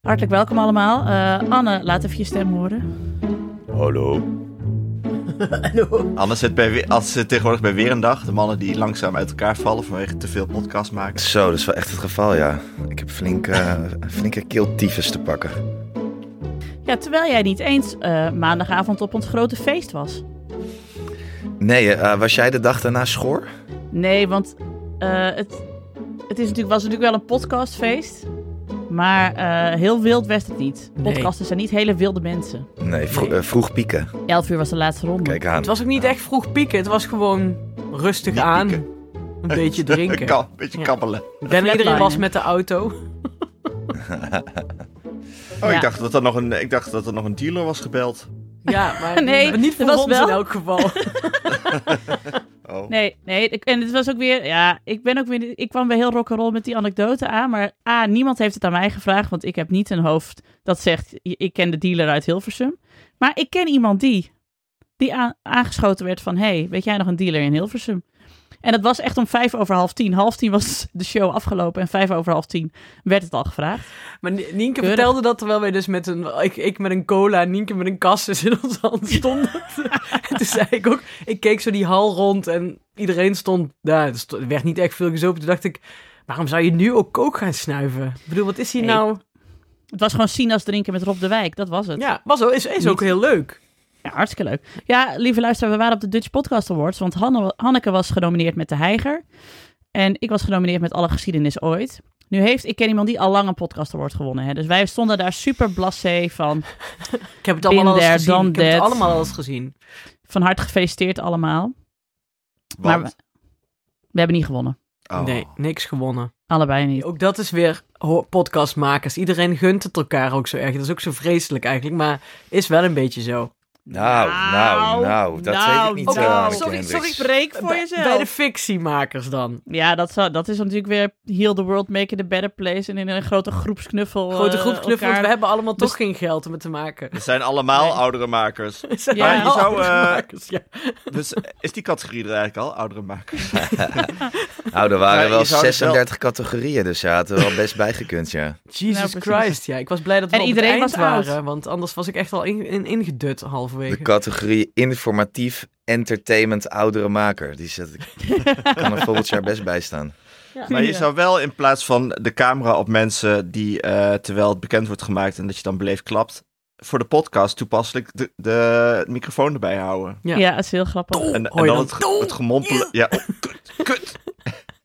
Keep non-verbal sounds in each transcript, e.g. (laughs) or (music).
Hartelijk welkom allemaal. Eh, Anne, laat even je stem horen. Hallo. Anders zit bij, we- als ze tegenwoordig bij weer een dag. De mannen die langzaam uit elkaar vallen vanwege te veel podcast maken. Zo, dat is wel echt het geval, ja. Ik heb flink, eh, flinke keeltyfus te pakken. Ja, terwijl jij niet eens eh, maandagavond op ons grote feest was. Nee, eh, was jij de dag daarna schoor? Nee, want eh, het, het is natuurlijk, was natuurlijk wel een podcastfeest. Maar eh, heel wild werd het niet. Nee. Podcasters zijn niet hele wilde mensen. Nee, vro- Nee. eh, vroeg pieken. 11 uur was de laatste ronde. Kijk aan. Het was ook niet echt vroeg pieken. Het was gewoon rustig Niet aan. pieken. Een (laughs) beetje drinken. Een ka- beetje Ja. kabbelen. Ik denk dat iedereen flatlinen. was met de auto. Oh, Ja. ik, dacht dat er nog een, ik dacht dat er nog een dealer was gebeld. Ja, (laughs) maar Nee, maar niet voor er was ons wel- in elk (laughs) geval. Oh. Nee, nee. ik- En het was ook weer. Ja, ik ben ook weer. Ik kwam weer heel rock'n'roll met die anekdote aan. Maar A, niemand heeft het aan mij gevraagd. Want ik heb niet een hoofd dat zegt. "I- Ik ken de dealer uit Hilversum. Maar ik ken iemand die. Die aan- aangeschoten werd van. hey, weet jij nog een dealer in Hilversum? En dat was echt om vijf over half tien. Half tien was de show afgelopen. En vijf over half tien werd het al gevraagd. Maar Ni- Nienke Keurig. vertelde dat terwijl wij dus met een... Ik, ik met een cola en Nienke met een kassus in onze hand stonden. (laughs) en toen zei ik ook... Ik keek zo die hal rond en iedereen stond... Nou, er sto- er werd niet echt veel gezopen. Toen dacht ik... Waarom zou je nu ook kook gaan snuiven? Ik bedoel, wat is hier Nee. nou... Het was gewoon sinaas drinken met Rob de Wijk. Dat was het. Ja, was, ook- is, is ook Niet- heel leuk. Ja, hartstikke leuk. Ja, lieve luisteraar, we waren op de Dutch Podcast Awards. Want Hanne, Hanneke was genomineerd met De Heiger. En ik was genomineerd met Alle Geschiedenis Ooit. Nu heeft Ik Ken Iemand Die al lang een podcast award gewonnen. Hè? Dus wij stonden daar super blasé van. Ik heb het allemaal Been al eens there, gezien. done Ik heb het that. allemaal al eens gezien. Van harte gefeliciteerd allemaal. Maar we, Want- we hebben niet gewonnen. oh. Nee, niks gewonnen. Allebei niet. Ook dat is weer ho- podcastmakers. Iedereen gunt het elkaar ook zo erg. Dat is ook zo vreselijk eigenlijk, maar is wel een beetje zo. Nou, nou, nou, dat weet ik niet. nou. eh, meneer sorry, sorry, Hendricks. breek voor bij, jezelf. bij de fictiemakers dan. Ja, dat, zou, dat is natuurlijk weer heel the world making a better place. En in een grote groepsknuffel. Grote eh, groep knuffelen, elkaar- we hebben allemaal Dus- toch geen geld om te maken. (laughs) Er zijn allemaal Nee. oudere makers. Het zijn Ja, je allemaal zou, eh, makers, ja. Dus is die categorie er eigenlijk al? Oudere (laughs) makers. Nou, er Ja, waren wel je zou het wel- 36 categorieën, dus je had er wel best bij gekund, ja. Jesus Nou, precies. Christ, ja. Ik was blij dat we En op iedereen het eind was oud. waren, want anders was ik echt al in, in, ingedut De halverwege. categorie informatief, entertainment, oudere maker. Die zet, kan er volgend jaar best bij staan. Maar je Ja. zou wel in plaats van de camera op mensen die, eh, terwijl het bekend wordt gemaakt en dat je dan beleefd klapt, voor de podcast toepasselijk de, de microfoon erbij houden. Ja. Ja, dat is heel grappig. En, en hoor je dan dan? het, ge- het gemompel. Ja, oh, kut, kut.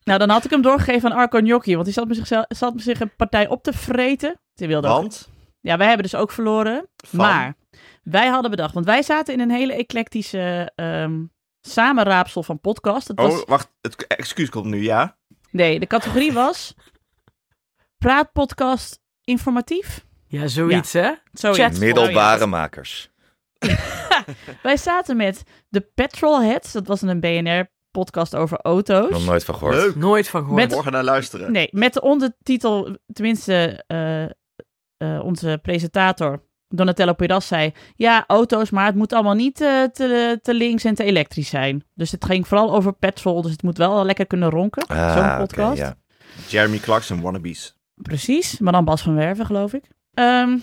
Nou, dan had ik hem doorgegeven aan Arco Gnocchi. Want die zat me, zichzelf, zat me zich een partij op te vreten. Die wilde ook- Want? Ja, wij hebben dus ook verloren. Van? Maar wij hadden bedacht. Want wij zaten in een hele eclectische ehm, samenraapsel van podcasts. Dat was, Oh, wacht. Het excuus komt nu, ja? Nee, de categorie was... Praatpodcast informatief. Ja, zoiets hè. Zoiets. Chat. Middelbare makers. Wij zaten met de Petrolheads. Dat was een BNR-podcast over auto's. Nog nooit van gehoord. Leuk. Nooit van gehoord. Met- Morgen naar luisteren. Nee, met de ondertitel, tenminste eh, eh, onze presentator Donatello Piras zei... Ja, auto's, maar het moet allemaal niet eh, te, te links en te elektrisch zijn. Dus het ging vooral over petrol, dus het moet wel lekker kunnen ronken. Ah, Zo'n oké, podcast. ja. Jeremy Clarkson, wannabes. Precies, maar dan Bas van Werven, geloof ik. Ehm,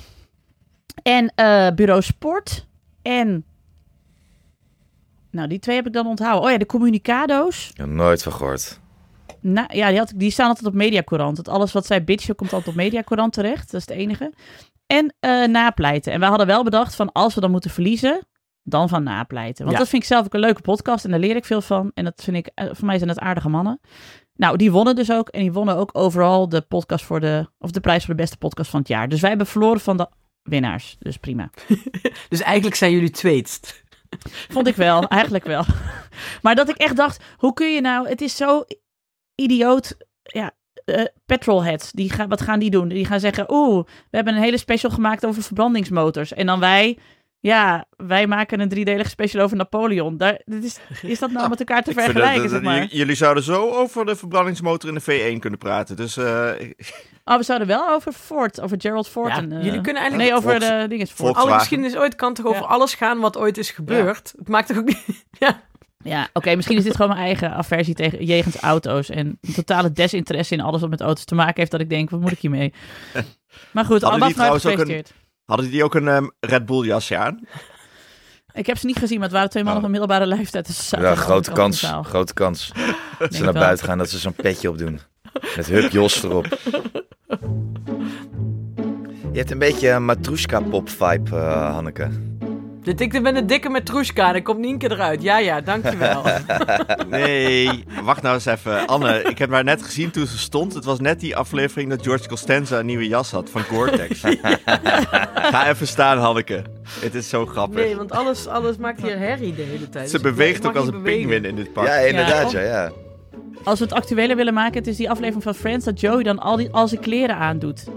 en eh, Bureau Sport en... Nou, die twee heb ik dan onthouden. Oh ja, de communicado's. Nog Nooit van gehoord. Nou, ja, die, had, ik- die staan altijd op Mediacourant. Dat alles wat zij bitchen komt altijd op Mediacourant terecht. Dat is het enige. En eh, napleiten. En wij hadden wel bedacht van als we dan moeten verliezen, dan van napleiten. Want Ja. dat vind ik zelf ook een leuke podcast en daar leer ik veel van. En dat vind ik, eh, voor mij zijn dat aardige mannen. Nou, die wonnen dus ook. En die wonnen ook overal de podcast voor de, of de prijs voor de beste podcast van het jaar. Dus wij hebben verloren van de winnaars. Dus prima. Dus eigenlijk zijn jullie tweetst. Vond ik wel, eigenlijk wel. (laughs) Maar dat ik echt dacht, hoe kun je nou... Het is zo idioot. Ja, eh, petrolheads, die gaan, wat gaan die doen? Die gaan zeggen, oeh, we hebben een hele special gemaakt over verbrandingsmotors. En dan wij, ja, wij maken een driedelige special over Napoleon. Daar, dit is, is (laughs) dat nou met elkaar te Ik vind dat- vergelijken, dat- zeg dat- maar? j- Jullie zouden zo over de verbrandingsmotor in de V1 kunnen praten. Dus eh, ik- Oh, we zouden wel over Ford, over Gerald Ford. Ja, en, eh, jullie kunnen eigenlijk Nee, over Volks- de dinges Ford. Volks- Alle Volkswagen. geschiedenis ooit kan toch over Ja. alles gaan wat ooit is gebeurd? Het maakt toch ook niet... Ja, Ja, oké, misschien is dit gewoon mijn eigen aversie tegen jegens auto's. En een totale desinteresse in alles wat met auto's te maken heeft. Dat ik denk, wat moet ik hiermee? Maar goed, Hadden allemaal die trouwens ook een- gefeliciteerd. Hadden die ook een ehm, Red Bull jasje (laughs) aan? Ik heb ze niet gezien, maar het waren twee mannen Oh. van middelbare leeftijd. Dus ze zaten aan Ja, de grote andere kant kans. van de zaal. Grote kans. Dat Denk ze naar wel. buiten gaan, dat ze zo'n petje op doen. Met Hup Jos erop. Je hebt een beetje een Matrushka-pop-vibe, eh, Hanneke. Dit, ik ben een dikke matroeska en er komt Nienke eruit. Ja, ja, (laughs) dankjewel. Eh, Nee, wacht nou eens even. Anne, ik heb haar net gezien toen ze stond. Het was net die aflevering dat George Costanza een nieuwe jas had van (laughs) Gore-Tex. Ga even staan, Hanneke. Het is zo grappig. nee, want alles, alles maakt hier herrie de hele tijd. ze Dus ik- beweegt ik mag ook als niet een bewegen. pinguïn in dit pak. Ja, inderdaad, ja. Ja. ja. Als we het actueler willen maken, het is die aflevering van Friends dat Joey dan al, die, al zijn kleren aandoet. (laughs)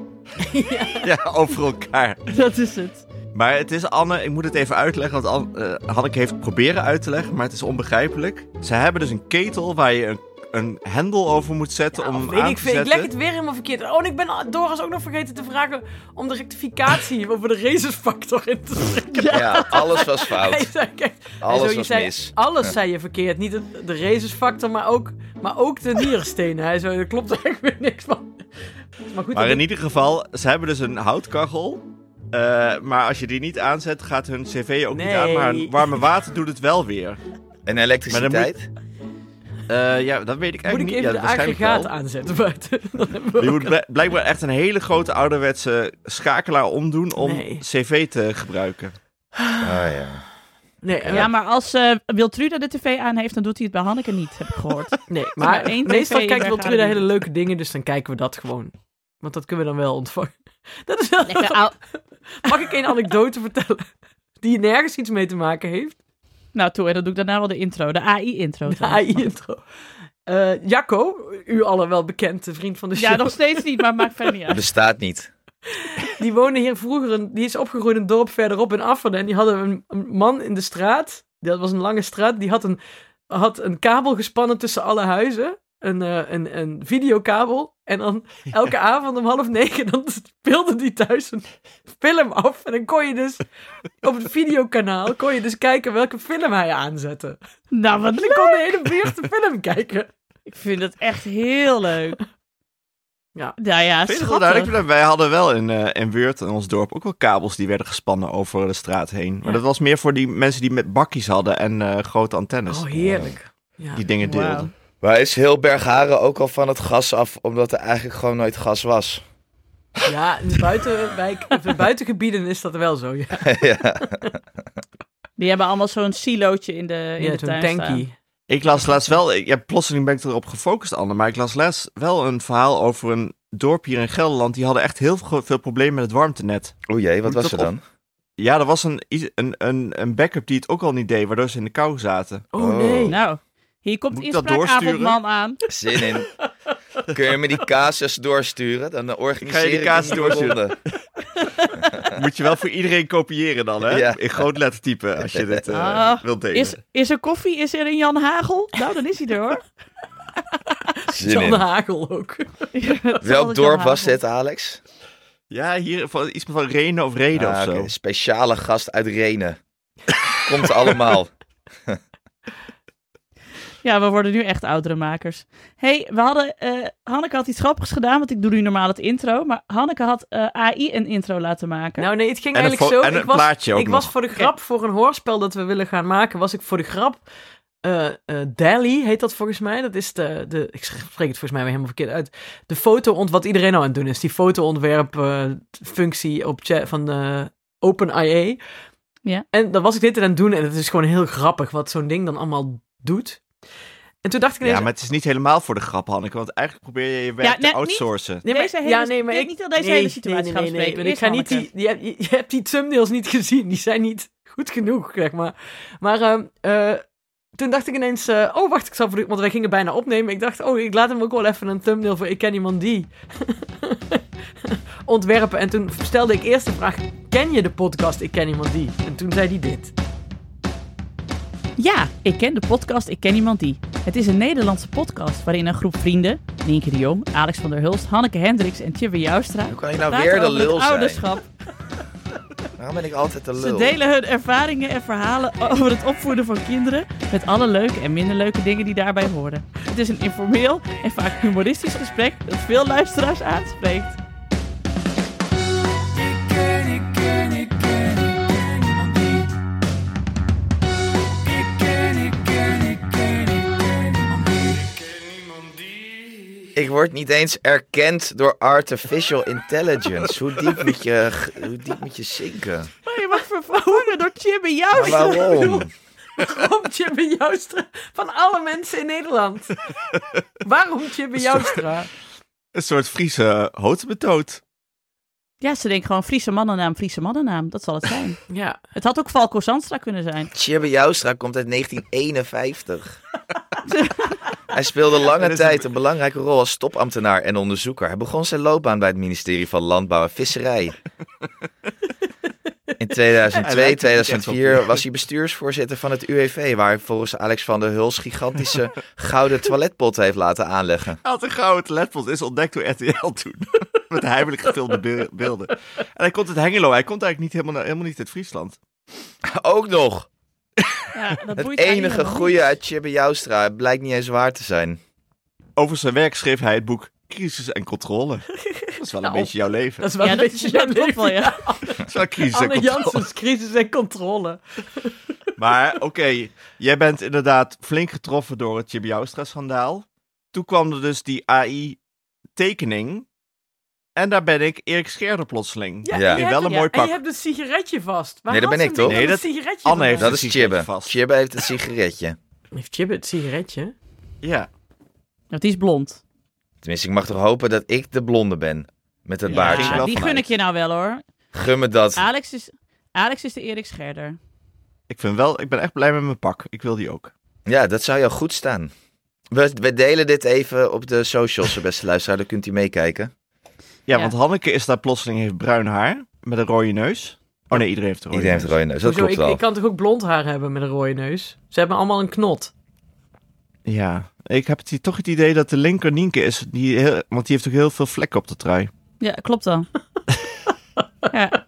Ja, over elkaar. Dat is het. Maar het is Anne, ik moet het even uitleggen, want An- eh, Hanneke heeft het proberen uit te leggen, maar het is onbegrijpelijk. Ze hebben dus een ketel waar je een, een hendel over moet zetten om Of hem Nou, weet aan ik, te veel, ik zetten. leg het weer helemaal verkeerd. Oh, en ik ben a- Doris ook nog vergeten te vragen om de rectificatie (laughs) over de racersfactor in te trekken. Ja, alles was Hij fout. zei, kijk, hij Alles zo, je was zei, mis. Alles Ja. zei je verkeerd. Niet de, de racersfactor, maar ook, maar ook de nierstenen. Hij zei, daar klopt eigenlijk weer niks van. Maar goed, Maar dat- in ieder geval, ze hebben dus een houtkachel. eh, maar als je die niet aanzet, gaat hun cv ook niet Nee. aan. Maar hun warme water doet het wel weer. En Maar elektriciteit? Eh, ja, dat weet ik eigenlijk moet ik niet. even ja, de waarschijnlijk aggregaat wel. aanzetten buiten. (laughs) Dan hebben we Je ook- moet bl- blijkbaar echt een hele grote ouderwetse schakelaar omdoen om Nee. cv te gebruiken. Oh, ja. Nee, Ja, eh, maar als eh Wiltruda de tv aan heeft, dan doet hij het bij Hanneke niet, heb ik gehoord. nee, maar, Ah, maar één meestal tv kijkt daar Wiltruda gaan we hele leuke dingen, dus dan kijken we dat gewoon. Want dat kunnen we dan wel ontvangen. (laughs) Dat is wel... Lekker ou- (laughs) Mag ik een anekdote vertellen? Die nergens iets mee te maken heeft. Nou, toe, en dan doe ik daarna wel de intro, de AI-intro. (laughs) De AI-intro. Ah, Eh, Jacco, u allen wel bekend, de vriend van de show. Ja, nog steeds niet, maar maakt (laughs) verder niet uit. Bestaat niet. Die woonde hier vroeger, een, die is opgegroeid in een dorp verderop in Afferden. En die hadden een, een man in de straat, dat was een lange straat, die had een, had een kabel gespannen tussen alle huizen. Een, eh, een, een videokabel. En dan elke avond om half negen, dan speelde die thuis een film af. En dan kon je dus op het videokanaal, kon je dus kijken welke film hij aanzette. Nou, wat En dan kon de hele buurt de film kijken. Ik vind het echt heel leuk. Ja. Nou ja, Vind je het wel schattig. duidelijk? Wij hadden wel in, eh in Weert, in ons dorp, ook wel kabels die werden gespannen over de straat heen. Maar dat was meer voor die mensen die met bakjes hadden en eh, grote antennes. Oh, heerlijk. Ja. Die dingen Wauw. deelden. Maar is heel Bergharen ook al van het gas af, omdat er eigenlijk gewoon nooit gas was? (laughs) Ja, in de buitenwijk, of de buitengebieden is dat wel zo. Ja, ja. Die hebben allemaal zo'n silootje in de, in ja de zo'n tuin tanky. staan. Ik las laatst wel, ik, ja, plotseling ben ik erop gefocust, Anne, maar ik las laatst wel een verhaal over een dorp hier in Gelderland. Die hadden echt heel veel, veel problemen met het warmtenet. O jee, wat Moet was er dat dan? Ja, er was een, i- een, een, een backup die het ook al niet deed, waardoor ze in de kou zaten. Oh, Oh. nee. Nou, hier komt Moet ik dat inspraakavondman aan. Zin in. Kun je me die casus doorsturen? Dan eh, organiseer die ik casus een doorsturen. ronde. Moet je wel voor iedereen kopiëren dan, hè? Ja. In groot lettertype, als je dit eh, Ah, wilt delen. Is, is er koffie? Is er een Jan Hagel? Nou, dan is hij er (laughs) hoor. Zin John in. Hagel ook. dus Welk dorp was dit, Alex? Ja, hier van, iets van Renen of Reden Ah, of zo. oké. Speciale gast uit Renen. Komt allemaal. Ja, we worden nu echt oudere makers. hey, we hadden. eh, Hanneke had iets grappigs gedaan, want ik doe nu normaal het intro. Maar Hanneke had eh, AI een intro laten maken. (laughs) Nou nee, het ging En een fo- eigenlijk zo. en ik een was, plaatje ook Ik nog. was voor de grap, voor een hoorspel dat we willen gaan maken, was ik voor de grap... eh eh, Dali heet dat volgens mij. Dat is de, de... Ik spreek het volgens mij weer helemaal verkeerd uit. De foto... Wat iedereen nou aan het doen is. Die fotoontwerpfunctie op chat van eh, OpenIA. Ja. En dan was ik dit aan het doen. En het is gewoon heel grappig wat zo'n ding dan allemaal doet. En toen dacht ik ineens... Ja, maar het is niet helemaal voor de grap, Hanneke, want eigenlijk probeer je je werk Ja, te net niet. outsourcen. Nee, Deze hele- nee, niet heel deze hele situatie gaan bespreken. want Eerst Ik ga niet die, Hanneke. die, je, je hebt die thumbnails niet (laughs) gezien. Die zijn niet goed genoeg, zeg maar. Maar ehm, eh, toen dacht ik ineens... eh, oh, wacht, ik zal voor de- Want wij gingen bijna opnemen. Ik dacht, oh, ik laat hem ook wel even een thumbnail voor Ik ken iemand die... (laughs) ontwerpen. En toen stelde ik eerst de vraag... Ken je de podcast Ik ken iemand die? En toen zei hij dit. Ja, ik ken de podcast Ik Ken Iemand Die. Het is een Nederlandse podcast waarin een groep vrienden, Nienke de Jong, Alex van der Hulst, Hanneke Hendricks en Tjibbe Joustra, Hoe kan je nou praten weer de over het lul zijn? ouderschap. Waarom ben ik altijd de lul? Ze delen hun ervaringen en verhalen over het opvoeden van kinderen. Met alle leuke en minder leuke dingen die daarbij horen. Het is een informeel en vaak humoristisch gesprek dat veel luisteraars aanspreekt. Ik word niet eens erkend door artificial intelligence. Hoe diep moet je, g- hoe diep moet je zinken? Maar je wordt vervangen door Jimmy Jouw. Maar waarom? Waarom Jibbe Joustra? Van alle mensen in Nederland. Waarom Jibbe Joustra? Een soort Friese houtbetoot. Ja, ze denkt gewoon Friese mannennaam, Friese mannennaam. Dat zal het zijn. Ja. Het had ook Falco Zandstra kunnen zijn. Tjibbe Joustra komt uit 1951. (laughs) Hij speelde lange tijd een belangrijke rol als topambtenaar en onderzoeker. Hij begon zijn loopbaan bij het ministerie van Landbouw en Visserij. In Hij lijkt 2002, er 2004 niet was hij bestuursvoorzitter van het UWV, waar hij volgens Alex van der Huls (laughs) gigantische gouden toiletpotten heeft laten aanleggen. Hij had een gouden toiletpot, is ontdekt door RTL toen. (laughs) Met heimelijk gefilmde be- beelden. En hij komt uit Hengelo, hij komt eigenlijk niet helemaal, naar- helemaal niet uit Friesland. Ook nog, Ja, dat het boeit haar enige helemaal goede niet. uit Tjibbe Joustra het blijkt niet eens waar te zijn. Over zijn werk schreef hij het boek Crisis en Controle. Dat is wel een Nou. beetje jouw leven. Dat Dat is wel Ja, een dat (laughs) beetje is- dat jouw klopt leven, wel, ja. ja. is wel crisis en Anne controle. Janssens, crisis en controle. Maar oké, jij bent inderdaad flink getroffen door het Jibby Joustra schandaal. Toen kwam er dus die AI-tekening. En daar ben ik Erik Scherder plotseling. Ja, Ja. en je In wel hebt een een- mooi En pak. je hebt een sigaretje vast. Waar Nee, dat had ben ze ik een toch? ding Nee, met dat- een sigaretje Anne heeft vandaan? Dat is sigaretje Tjibbe. vast. Tjibbe heeft een sigaretje. Heeft Jibbe het sigaretje? Ja. Want die is blond. Tenminste, ik mag toch hopen dat ik de blonde ben. Met het Ja, baardje. ging wel die gun vanuit. ik je nou wel hoor. Gun me dat. Alex is, Alex is de Erik Scherder. Ik, vind wel, ik ben echt blij met mijn pak. Ik wil die ook. Ja, dat zou jou goed staan. We, we delen dit even op de socials, beste luisteraar. Dan kunt u meekijken. Ja, Ja. want Hanneke is daar plotseling, heeft bruin haar. Met een rode neus. Oh nee, iedereen heeft een rode Iedereen heeft een neus. rode neus. Dat Hoezo? klopt ik, wel. ik kan toch ook blond haar hebben met een rode neus? Ze hebben allemaal een (laughs) knot. Ja, ik heb het, toch het idee dat de linker Nienke is. Die heel- want die heeft ook heel veel vlekken op de trui. Ja, klopt dan. (laughs) ja.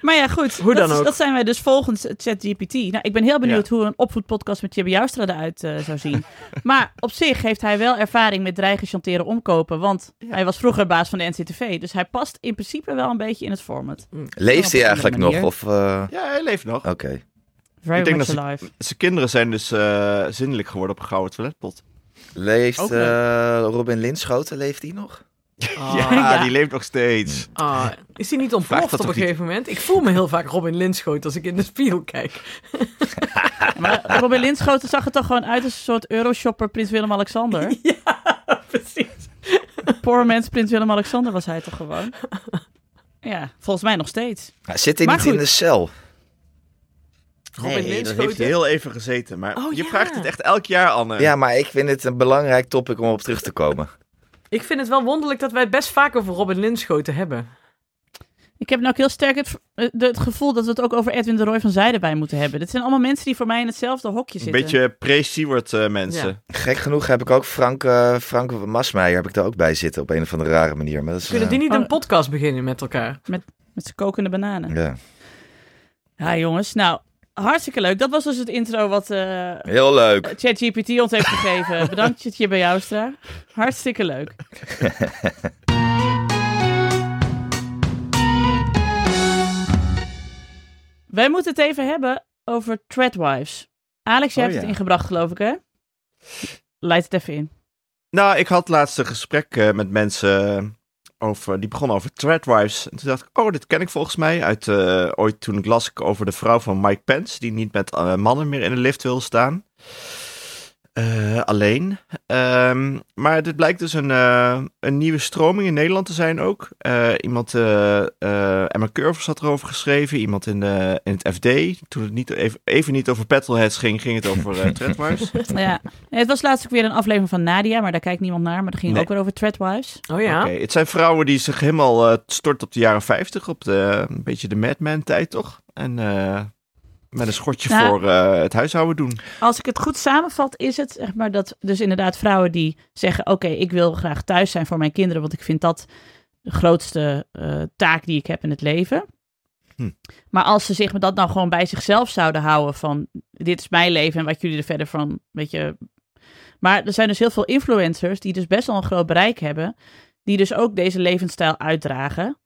Maar ja, goed. Hoe dat, dan is- ook. dat zijn wij dus volgens ChatGPT. Nou, ik ben heel benieuwd hoe een opvoedpodcast met Jibbe Joustra eruit eh, zou (laughs) zien. maar op zich heeft hij wel ervaring met dreigen, chanteren, omkopen. Want hij was vroeger baas van de NCTV. Dus hij past in principe wel een beetje in het format. Leeft hij Op een eigenlijk nog? andere Of, eh, Ja, hij leeft nog. Oké. Very Ik denk much dat ze- alive. Zijn kinderen zijn dus eh, zindelijk geworden op een gouden toiletpot. Leeft Ook eh, Robin Linschoten, leeft hij nog? Ah, (laughs) ja, ja. die leeft nog steeds. ah. Is die niet Vraag ontploft dat op een toch niet? gegeven moment? Ik voel me heel vaak Robin Linschoot als ik in de spiegel kijk. (laughs) Maar Robin Linschoten zag er toch gewoon uit als een soort euroshopper Prins (laughs) Willem-Alexander. Precies. Poor man's Prins Willem-Alexander was hij toch gewoon? Ja, volgens mij nog steeds. Nou, Zit hij Maar niet goed. in de cel? Robin Nee, dat Linschoten. heeft hij heel even gezeten. Maar Oh, je ja. vraagt het echt elk jaar, Anne. Ja, maar ik vind het een belangrijk topic om op terug te komen. Ik vind het wel wonderlijk dat wij het best vaak over Robin Linschoten hebben. Ik heb nu ook heel sterk het, eh, de- het gevoel dat we het ook over Edwin de Roy van Zijde bij moeten hebben. Dit zijn allemaal mensen die voor mij in hetzelfde hokje een zitten. beetje pre-Seward eh, mensen. Ja. Gek genoeg heb ik ook Frank, eh, Frank Masmeijer heb ik daar ook bij zitten op een of andere rare manier. Maar dat is, Kunnen eh, die niet Oh. een podcast beginnen met elkaar? Met zijn kokende bananen. ja. Ja, jongens. Nou, hartstikke leuk. Dat was dus het intro wat eh, Heel leuk. ChatGPT ons heeft gegeven. (laughs) Bedankt dat je bij Joustra. Hartstikke leuk. Wij moeten het even hebben over Threadwives. Alex, jij Oh, hebt ja. het ingebracht, geloof ik, hè? Leid het even in. Nou, ik had laatst een gesprek eh, met mensen over, die begonnen over Threadwives. En toen dacht ik, oh, dit ken ik volgens mij uit eh, ooit toen ik las ik over de vrouw van Mike Pence, die niet met eh, mannen meer in de lift wilde staan. Eh, alleen. Ehm, maar dit blijkt dus een, eh, een nieuwe stroming in Nederland te zijn ook. Eh, iemand, eh, eh, Emma Curvers had erover geschreven, iemand in, de, in het FD. Toen het niet, even, even niet over petrolheads ging, ging het over eh Threadwives. Ja. Nee, Het was laatst ook weer een aflevering van Nadia, maar daar kijkt niemand naar. Maar dat ging Nee. ook weer over Threadwives. Oh ja. Oké, het zijn vrouwen die zich helemaal eh, stort op de jaren 50, op de, eh, een beetje de madman-tijd toch? En eh, met een schotje Nou. voor eh, het huishouden doen. Als ik het goed samenvat, is het zeg maar dat dus inderdaad vrouwen die zeggen: Oké, ik wil graag thuis zijn voor mijn kinderen, want ik vind dat de grootste eh, taak die ik heb in het leven. Hm. Maar als ze zich met dat nou gewoon bij zichzelf zouden houden van dit is mijn leven en wat jullie er verder van, weet je. Maar er zijn dus heel veel influencers die dus best wel een groot bereik hebben, die dus ook deze levensstijl uitdragen.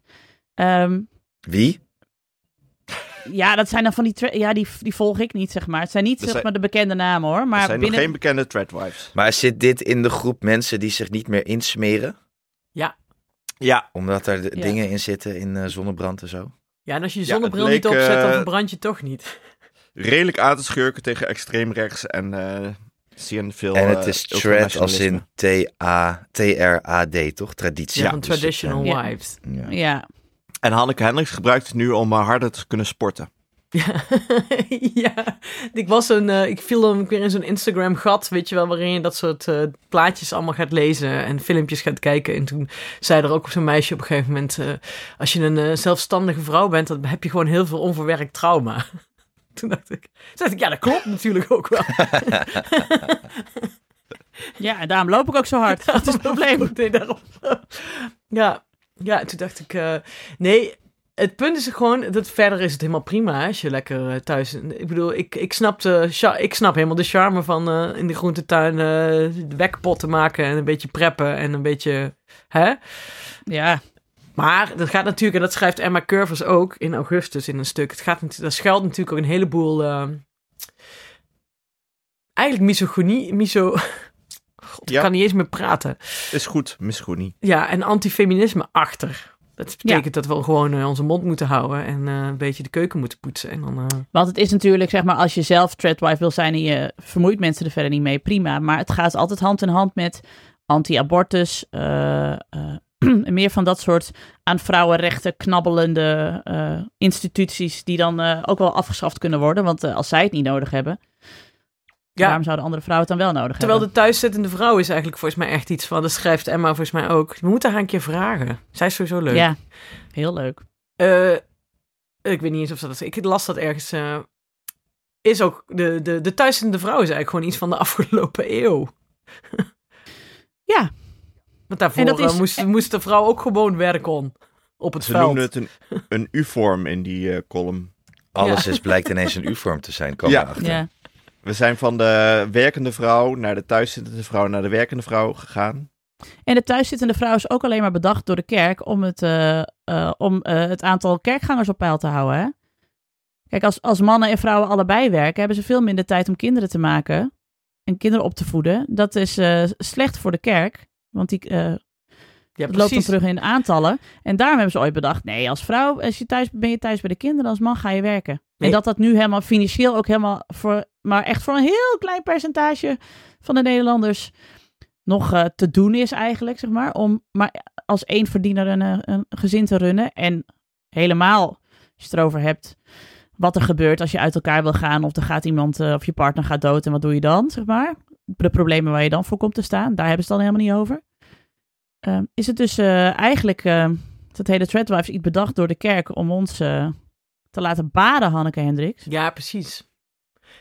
Ehm, (laughs) Wie? ja, dat zijn dan van die, tra- ja, die, die volg ik niet, zeg maar. Het zijn niet Dat zeg zijn- maar de bekende namen hoor, maar er zijn binnen nog geen bekende threadwives. Maar zit dit in de groep mensen die zich niet meer insmeren? Ja. Omdat er d- Ja. dingen in zitten in eh, zonnebrand en zo? Ja, en als je je Ja, het zonnebril leek, niet opzet, dan eh, verbrand je toch niet. Redelijk aan te schurken tegen extreem rechts en eh, zien veel. en het eh, is trad ultranationalisme. als in T-A- T-R-A-D, toch? Traditie. Ja, van eh, Dus het traditional ja. wives. (laughs) zijn- ja. Ja, En Hanneke Hendricks gebruikt het nu om eh, harder te kunnen sporten. Ja. ja, ik was een, eh, ik viel dan weer in zo'n Instagram gat, weet je wel, waarin je dat soort eh, plaatjes allemaal gaat lezen en filmpjes gaat kijken. En toen zei er ook zo'n meisje op een gegeven moment, eh, als je een eh, zelfstandige vrouw bent, dan heb je gewoon heel veel onverwerkt trauma. (laughs) Toen dacht ik, toen dacht ik, ja, dat klopt natuurlijk ook wel. ja, en daarom loop ik ook zo (laughs) hard. (laughs) Dat is het probleem. Nee, daarop. (laughs) ja, ja, en toen dacht ik, eh, nee, het punt is gewoon, dat verder is het helemaal prima hè, als je lekker eh, thuis... Ik bedoel, ik, ik, snap de, cha- ik snap helemaal de charme van eh, in de groentetuin eh wekpotten maken en een beetje preppen en een beetje... Hè? Ja, Maar dat gaat natuurlijk, en dat schrijft Emma Curvers ook in augustus in een stuk. Het gaat, natu- daar schuilt natuurlijk ook een heleboel. eh, eigenlijk misogynie. Miso, (laughs) God, Ja. Ik kan niet eens meer praten. Is goed, misgroenie. Ja, en antifeminisme achter. Dat betekent dat we gewoon eh, onze mond moeten houden en eh, een beetje de keuken moeten poetsen. En dan, eh, want het is natuurlijk, zeg maar, als je zelf threadwife wil zijn en je vermoeit mensen er verder niet mee, prima. Maar het gaat altijd hand in hand met anti-abortus, eh, (clears throat) eh, en meer van dat soort aan vrouwenrechten knabbelende eh, instituties die dan eh, ook wel afgeschaft kunnen worden. Want eh, als zij het niet nodig hebben, ja, waarom zouden andere vrouwen het dan wel nodig terwijl de hebben? thuiszittende vrouw is eigenlijk volgens mij echt iets van. Dat schrijft Emma volgens mij ook. We moeten haar een keer vragen. Zij is sowieso leuk. Ja, heel leuk. Eh, ik weet niet eens of dat is. Ik las dat ergens. eh, is ook de, de, de thuiszittende vrouw is eigenlijk gewoon iets van de afgelopen eeuw. (laughs) Ja. Want daarvoor En dat eh, is- moest, moest de vrouw ook gewoon werken op het Ze veld. noemden het een, een U-vorm in die eh, column. Alles is blijkt ineens een U-vorm te zijn. Kom Ja. ja. achter. Ja. We zijn van de werkende vrouw naar de thuiszittende vrouw naar de werkende vrouw gegaan. En de thuiszittende vrouw is ook alleen maar bedacht door de kerk om het, eh, eh, om, eh, het aantal kerkgangers op peil te houden. Hè? Kijk, als, als mannen en vrouwen allebei werken, hebben ze veel minder tijd om kinderen te maken en kinderen op te voeden. Dat is eh, slecht voor de kerk, want die eh, ja, het loopt dan precies. terug in aantallen. En daarom hebben ze ooit bedacht, nee, als vrouw als je thuis, ben je thuis bij de kinderen, als man ga je werken. Nee. En dat dat nu helemaal financieel ook helemaal voor, maar echt voor een heel klein percentage van de Nederlanders nog eh, te doen is eigenlijk, zeg maar. Om maar als één verdiener een, eh, een gezin te runnen. En helemaal, als je het erover hebt, wat er gebeurt als je uit elkaar wil gaan. Of er gaat iemand, eh, of je partner gaat dood en wat doe je dan, zeg maar. De problemen waar je dan voor komt te staan, daar hebben ze het dan helemaal niet over. Ehm, is het dus eh, eigenlijk eh, dat hele Threadwives iets bedacht door de kerk om ons eh, te laten baden, Hanneke Hendricks? Ja, precies.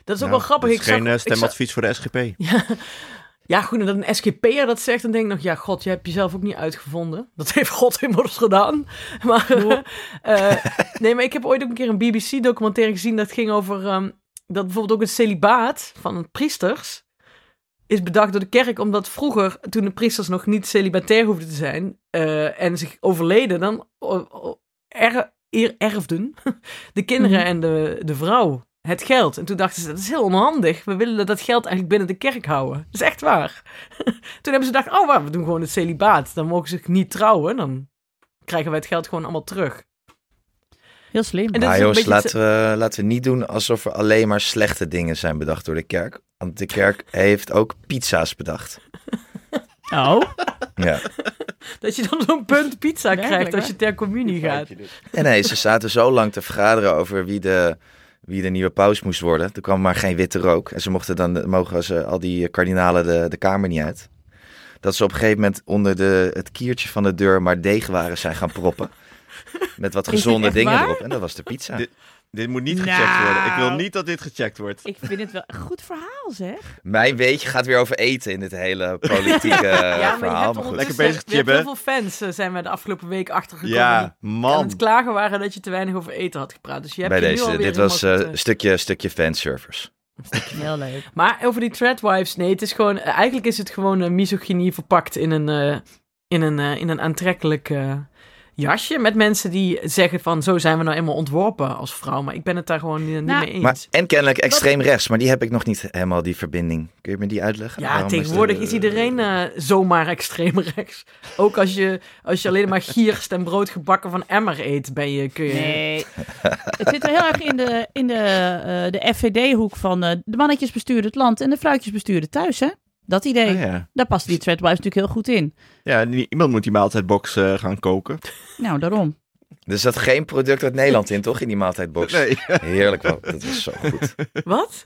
Dat is ook Nou, wel grappig. dit Ik is zag- geen eh, ik zag- stemadvies voor de SGP. Ja, ja, goed, en dat een SGP'er dat zegt, dan denk ik nog, ja, god, je hebt jezelf ook niet uitgevonden. Dat heeft God immers gedaan. (laughs) Maar, eh, nee, maar ik heb ooit ook een keer een BBC-documentaire gezien dat ging over ehm, dat bijvoorbeeld ook het celibaat van priesters is bedacht door de kerk, omdat vroeger, toen de priesters nog niet celibatair hoefden te zijn eh, en zich overleden, dan o- o- er, eer- erfden (laughs) de kinderen Mhm. en de, de vrouw het geld. En toen dachten ze, dat is heel onhandig. We willen dat geld eigenlijk binnen de kerk houden. Dat is echt waar. (laughs) toen hebben ze gedacht, oh, waar, we doen gewoon het celibaat. Dan mogen ze zich niet trouwen, dan krijgen wij het geld gewoon allemaal terug. Heel slim. En dat Maar is een jongens, beetje laten we, laten we niet doen alsof er alleen maar slechte dingen zijn bedacht door de kerk. Want de kerk heeft ook pizza's bedacht. Oh, Ja. Dat je dan (laughs) zo'n punt pizza Werkelijk, krijgt als hè? je ter communie gaat. En nee, ze zaten zo lang te vergaderen over wie de, wie de nieuwe paus moest worden. Er kwam maar geen witte rook. En ze mochten dan, mogen ze al die kardinalen de, de kamer niet uit. Dat ze op een gegeven moment onder de, het kiertje van de deur maar deegwaren zijn gaan proppen. Met wat dit gezonde echt dingen waar? erop. En dat was de pizza. Dit- Dit moet niet Nou. gecheckt worden. Ik wil niet dat dit gecheckt wordt. (laughs) Ik vind het wel een goed verhaal, zeg. Mijn weetje gaat weer over eten in dit hele politieke eh, (laughs) ja, maar je verhaal. hebt Maar ondertussen- goed. Lekker bezig, je hebt Jibbe. heel veel fans, eh, zijn we de afgelopen week achtergekomen. Ja, die aan het man. klagen waren dat je te weinig over eten had gepraat. Dus je hebt Bij je nu deze, alweer dit was helemaal een goed, eh, stukje, stukje fanservice. Heel leuk. Maar over die threadwives, nee, het is gewoon... eh, Eigenlijk is het gewoon een misogynie verpakt in een, eh, in een, eh, in een aantrekkelijk eh, jasje. Met mensen die zeggen van, zo zijn we nou eenmaal ontworpen als vrouw. Maar ik ben het daar gewoon eh, niet Nou, mee eens. Maar, en kennelijk extreem rechts, maar die heb ik nog niet helemaal, die verbinding. Kun je me die uitleggen? Ja, Waarom is tegenwoordig de- is iedereen eh, zomaar extreem rechts. Ook als je, als je alleen maar gierst en brood gebakken van emmer eet, ben je, kun je... Nee. het zit er heel erg in de, in de, eh, de FVD-hoek van eh, de mannetjes besturen het land en de vrouwtjes besturen thuis, hè? Dat idee. Ah, ja. Daar past die threadwives natuurlijk heel goed in. ja, nie- iemand moet die maaltijdbox eh, gaan (laughs) koken. Nou, daarom. Er zat geen product uit Nederland in, toch? In die maaltijdbox. Nee. Heerlijk wel. Dat was zo (laughs) goed. Wat?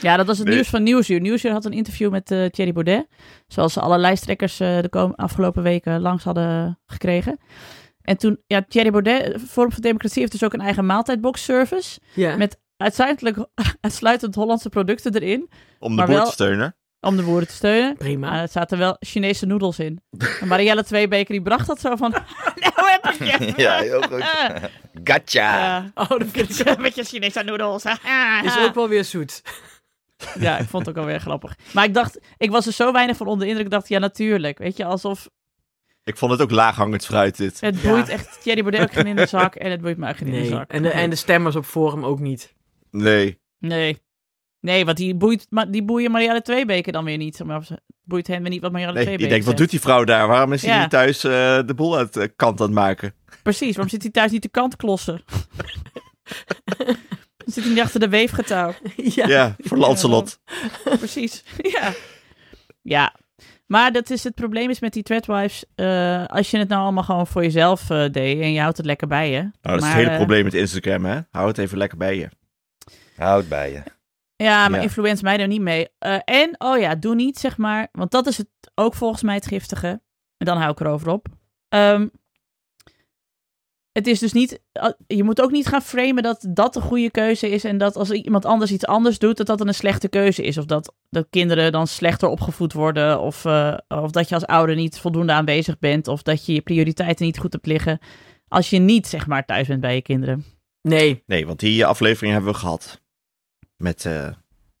Ja, dat was het Nee. nieuws van Nieuwsuur. Nieuwsuur had een interview met eh, Thierry Baudet. Zoals ze alle lijsttrekkers eh, de kom- afgelopen weken langs hadden gekregen. En toen, ja, Thierry Baudet, eh, Forum voor Democratie, heeft dus ook een eigen maaltijdbox-service. Ja. Met uitsluitelijk, (laughs) uitsluitend Hollandse producten erin. Om de Maar boer wel- te steunen. Om de boeren te steunen. Maar Prima. er zaten wel Chinese noedels in. En Marielle Tweebeker die bracht dat zo van... (laughs) nou heb ik (laughs) je. Ja, heel goed. Ah, Gotcha. ja. Oh, dat vind ik Een beetje Chinese noedels. (laughs) Ah, ah. is ook wel weer zoet. Ja, ik vond het ook alweer grappig. Maar ik dacht, ik was er zo weinig van onder de indruk. Ik dacht, ja, natuurlijk. Weet je, alsof Ik vond het ook laaghangend fruit, dit. het Ja. boeit echt Thierry Baudet ook geen in (laughs) de zak. En het boeit mij ook geen in de Nee. zak. En de, en de stemmers op Forum ook (laughs) niet. Nee. Nee. Nee, want die, boeit, maar die boeien Marielle Tweebeke dan weer niet. Maar ze- boeit hen weer niet wat Marielle nee. Tweebeke Je denkt, wat zegt. doet die vrouw daar? Waarom is die Ja. niet thuis eh, de boel uit de kant aan het maken? Precies, waarom zit hij thuis niet de kant klossen? zit hij niet achter de weefgetouw? ja. Ja, voor (laughs) Lancelot. Nou, Precies, (laughs) ja. Ja, maar dat is het probleem is met die threadwives. eh, als je het nou allemaal gewoon voor jezelf eh, deed en je houdt het lekker bij je. Nou, dat is Maar, het hele eh, probleem met Instagram, hè? Hou het even lekker bij je. Houd bij je. Ja, maar Ja. influence mij er niet mee. Eh, en, oh ja, doe niet, zeg maar. Want dat is het, ook volgens mij het giftige. En dan hou ik erover op. Ehm, het is dus niet... ah, Je moet ook niet gaan framen dat dat de goede keuze is... en dat als iemand anders iets anders doet... dat dat dan een slechte keuze is. Of dat, dat kinderen dan slechter opgevoed worden... Of, eh, of dat je als ouder niet voldoende aanwezig bent... of dat je je prioriteiten niet goed hebt liggen... als je niet, zeg maar, thuis bent bij je kinderen. Nee. Nee, want die eh, aflevering hebben we gehad. Met eh,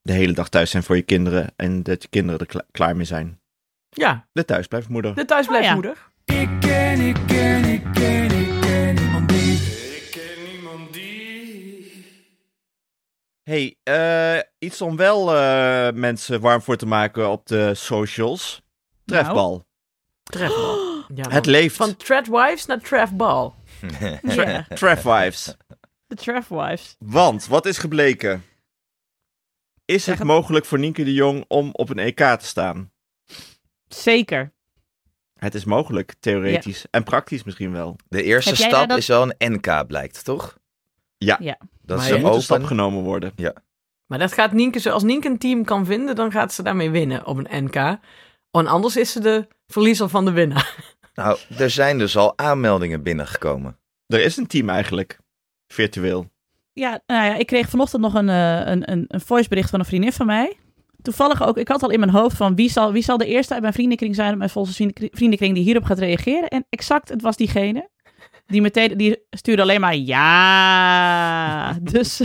de hele dag thuis zijn voor je kinderen. En dat je kinderen er kla- klaar mee zijn. Ja, De thuisblijfmoeder. de thuisblijfmoeder. Oh, Ik ken, ik ken, ik ken, ik ken niemand die. Ik ken niemand die. Hey, eh, iets om wel eh, mensen warm voor te maken op de socials. Trefbal. (gasps) Trefbal. Ja, man. Het leeft. Van Treadwives naar Trefbal. Ja, Trefwives. de Trefwives. Want, wat is gebleken? Is Zeg het het. mogelijk voor Nienke de Jong om op een EK te staan? Zeker. Het is mogelijk, theoretisch. En praktisch misschien wel. (laughs) De eerste Heb jij stap daar dat- is al een NK, blijkt, toch? Ja. Ja. Dat is Maar je Er de moet een stap open. genomen worden. Maar dat gaat Nienke, zo- als Nienke een team kan vinden, dan gaat ze daarmee winnen op een NK. En anders is ze de verliezer van de winnaar. Nou, er zijn dus al aanmeldingen binnengekomen. Er is een team eigenlijk. Virtueel. Ja, nou ja, ik kreeg vanochtend nog een, eh, een, een, een voicebericht van een vriendin van mij. Toevallig ook, ik had al in mijn hoofd van wie zal, wie zal de eerste uit mijn vriendenkring zijn, uit mijn volse vriendenkring- vriendenkring die hierop gaat reageren. En exact, het was diegene. Die, meteen, die stuurde alleen maar ja. (laughs) Dus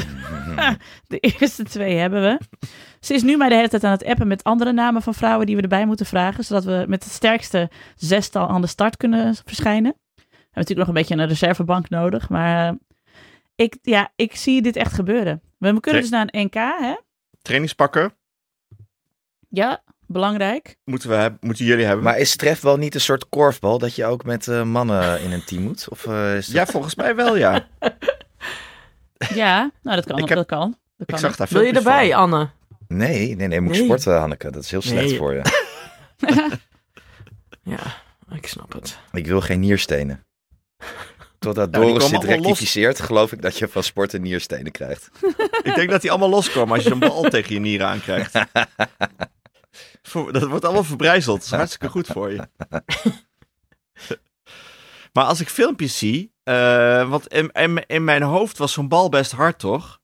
de eerste twee hebben we. Ze is nu mij de hele tijd aan het appen met andere namen van vrouwen die we erbij moeten vragen. Zodat we met het sterkste zestal aan de start kunnen verschijnen. We hebben natuurlijk nog een beetje een reservebank nodig. Maar eh, ik, ja, ik zie dit echt gebeuren. We kunnen dus naar een NK, hè? Trainingspakken Ja, belangrijk. moeten, we hebben, moeten jullie hebben. Maar is trefbal niet een soort korfbal dat je ook met eh, mannen in een team moet? Of eh, is dat- (laughs) Ja, volgens mij wel, ja. (laughs) Ja, nou dat kan. Ik heb- dat kan. Dat Ik kan. zag daar Wil je filmpjes erbij, van. Anne? Nee, nee, nee, moet ik Nee. sporten, Hanneke. Dat is heel slecht Nee. voor je. Ja, ik snap het. Ik wil geen (laughs) nierstenen. Totdat Nou, die Doris komen dit allemaal los. rectificeert, geloof ik dat je van sporten nierstenen krijgt. Ik denk dat die allemaal loskomen als je zo'n bal tegen je nieren aankrijgt. (laughs) Voor- Dat wordt allemaal (laughs) verbrijzeld. Dat is hartstikke goed voor je. Maar als ik filmpjes zie Eh, want in, in, in mijn hoofd was zo'n bal best hard, toch?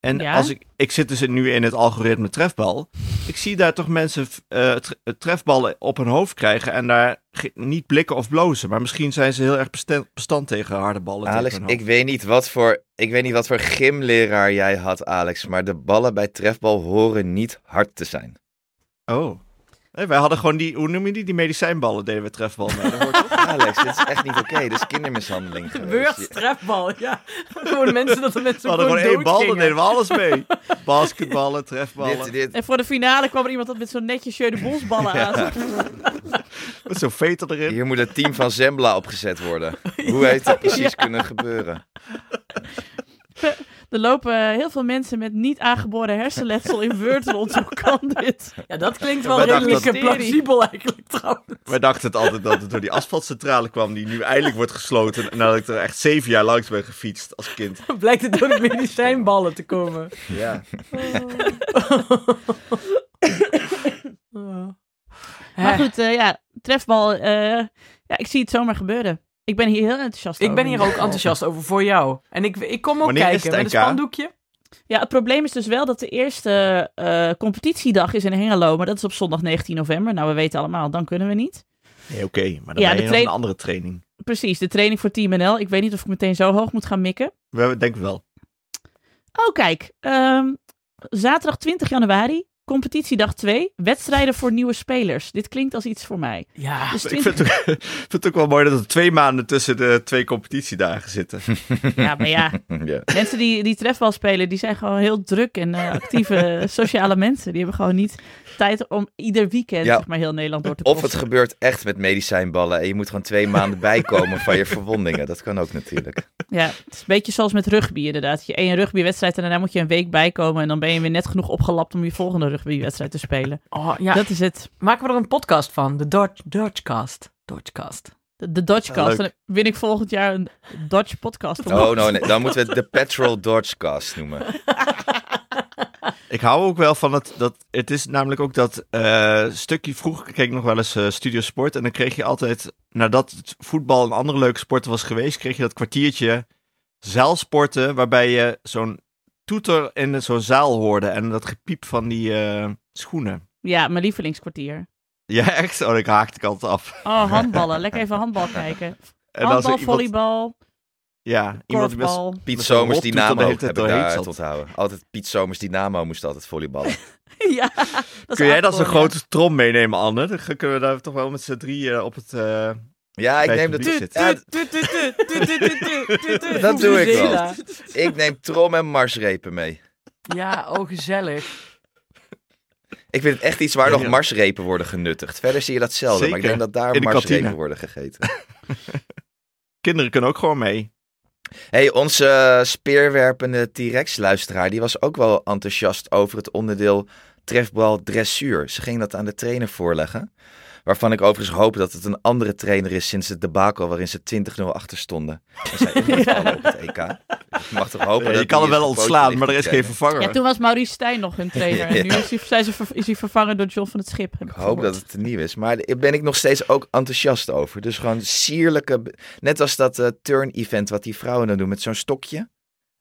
En Ja. als ik, ik zit dus nu in het algoritme trefbal. Ik zie daar toch mensen eh, tre- trefballen op hun hoofd krijgen en daar ge- niet blikken of blozen. Maar misschien zijn ze heel erg besten- bestand tegen harde ballen. Alex, tegen hun ik weet, niet wat voor, ik weet niet wat voor gymleraar jij had, Alex. Maar de ballen bij trefbal horen niet hard te zijn. hoofd. Oh. Nee, wij hadden gewoon die, hoe noem je die? Die medicijnballen deden we trefbal (laughs) mee. Dat hoort toch? Alex, dit is echt niet oké. Dit is kindermishandeling. geweest. Gebeurt trefbal, ja. (laughs) Gewoon mensen dat de We mensen hadden gewoon, gewoon één bal, dan doodgingen. deden we alles mee. Basketballen, trefballen. Dit, dit, En voor de finale kwam er iemand dat met zo'n netje Jeu de Bonsballen (laughs) aan. Met zo'n veter erin. hier moet het team van Zembla opgezet worden. Hoe heeft dat precies kunnen gebeuren? Er lopen eh, heel veel mensen met niet aangeboren hersenletsel in Word rond. Hoe kan dit? Ja, dat klinkt wel Wij dachten redelijk dat- plausibel eigenlijk trouwens. (laughs) Wij dachten het altijd dat het door die asfaltcentrale kwam, die nu eindelijk wordt gesloten. Nadat ik er echt zeven jaar langs ben gefietst als kind. Blijkt het door de medicijnballen te komen. Ja. Oh. Maar Hè, goed, eh, ja, trefbal. eh, ja, ik zie het zomaar gebeuren. Ik ben hier heel enthousiast Ik over ben in hier ieder ook geval. enthousiast over voor jou. En ik, ik kom ook Wanneer is kijken het, met een NK? spandoekje. Ja, het probleem is dus wel dat de eerste eh, competitiedag is in Hengelo. Maar dat is op zondag 19 november. Nou, we weten allemaal, dan kunnen we niet. Nee, oké, maar dan Ja, ben je de nog train- een andere training. Precies, de training voor Team NL. Ik weet niet of ik meteen zo hoog moet gaan mikken. We denken wel. Oh, kijk. ehm, zaterdag 20 januari, competitiedag 2. Wedstrijden voor nieuwe spelers. Dit klinkt als iets voor mij. Ja. Dus Ik 20... vind het, ook, (laughs) ik vind het ook wel mooi dat er twee maanden tussen de twee competitiedagen zitten. Ja, maar ja, ja. mensen die, die trefbal spelen, die zijn gewoon heel druk en eh, actieve sociale mensen. Die hebben gewoon niet tijd om ieder weekend Ja. zeg maar, heel Nederland door te Of kosten. het gebeurt echt met medicijnballen en je moet gewoon twee maanden bijkomen van je verwondingen. Dat kan ook (laughs) natuurlijk. Ja, het is een beetje zoals met rugby inderdaad. Je één rugbywedstrijd en daarna moet je een week bijkomen en dan ben je weer net genoeg opgelapt om je volgende rugbywedstrijd te spelen. Oh, ja. Dat is het. Maken we er een podcast van? De Dodge, Dodgecast. Dodgecast. De, de Dodgecast. Leuk. dan win ik volgend jaar een Dodge podcast. Oh, no, nee. Dan moeten we het de Petrol Dodgecast noemen. Ik hou ook wel van dat, dat het is namelijk ook dat eh, stukje, vroeger keek ik nog wel eens eh, Studio Sport en dan kreeg je altijd, nadat het voetbal een andere leuke sport was geweest, kreeg je dat kwartiertje zeilsporten waarbij je zo'n toeter in zo'n zaal hoorde en dat gepiep van die eh, schoenen. Ja, mijn lievelingskwartier. Ja, (laughs) echt? Oh, ik haakte ik altijd af. Oh, handballen. Lekker even (laughs) handbal kijken. En als er Handbal, iemand- volleybal, Ja, iemand die best... korfbal. Piet Met zo'n Somers roltoeter de Dynamo hele heb tijd ik doorheen daar zat. tot houden. Altijd Piet Somers Dynamo moest altijd volleyballen. (laughs) ja, dat is Kun jij dan zo'n Apeldoorn, ja. grote trom meenemen, Anne? Dan kunnen we daar toch wel met z'n drieën op het... eh, Ja, ik Bij het neem dat... publiek zitten. Ja, Dat doe ik wel. Vuvuzela. (laughs) ik neem trom en marsrepen mee. Ja, oh gezellig. Ik vind het echt iets waar Ja, nog ja. marsrepen worden genuttigd. Verder zie je dat zelden, maar ik Zeker. denk dat daar In de marsrepen kantine. worden gegeten. Kinderen kunnen ook gewoon mee. hey, onze eh, speerwerpende T-Rex-luisteraar, die was ook wel enthousiast over het onderdeel trefbal dressuur. Ze ging dat aan de trainer voorleggen. Waarvan ik overigens hoop dat het een andere trainer is sinds het debakel waarin ze 20-0 achter stonden. En zij ingevallen op het EK. Ik mag toch hopen Ja, dat je kan die hem wel een pootje ontslaan, ligt maar te er is geen trainen. vervanger. Ja, toen was Maurice Stijn nog hun (laughs) trainer. En nu Ja. is hij, zijn ze ver- is hij vervangen door John van het Schip. heb Ik hoop dat gehoord. het er nieuw is. Maar daar ben ik nog steeds ook enthousiast over. Dus gewoon sierlijke... Net als dat eh, turn-event wat die vrouwen dan doen met zo'n stokje. En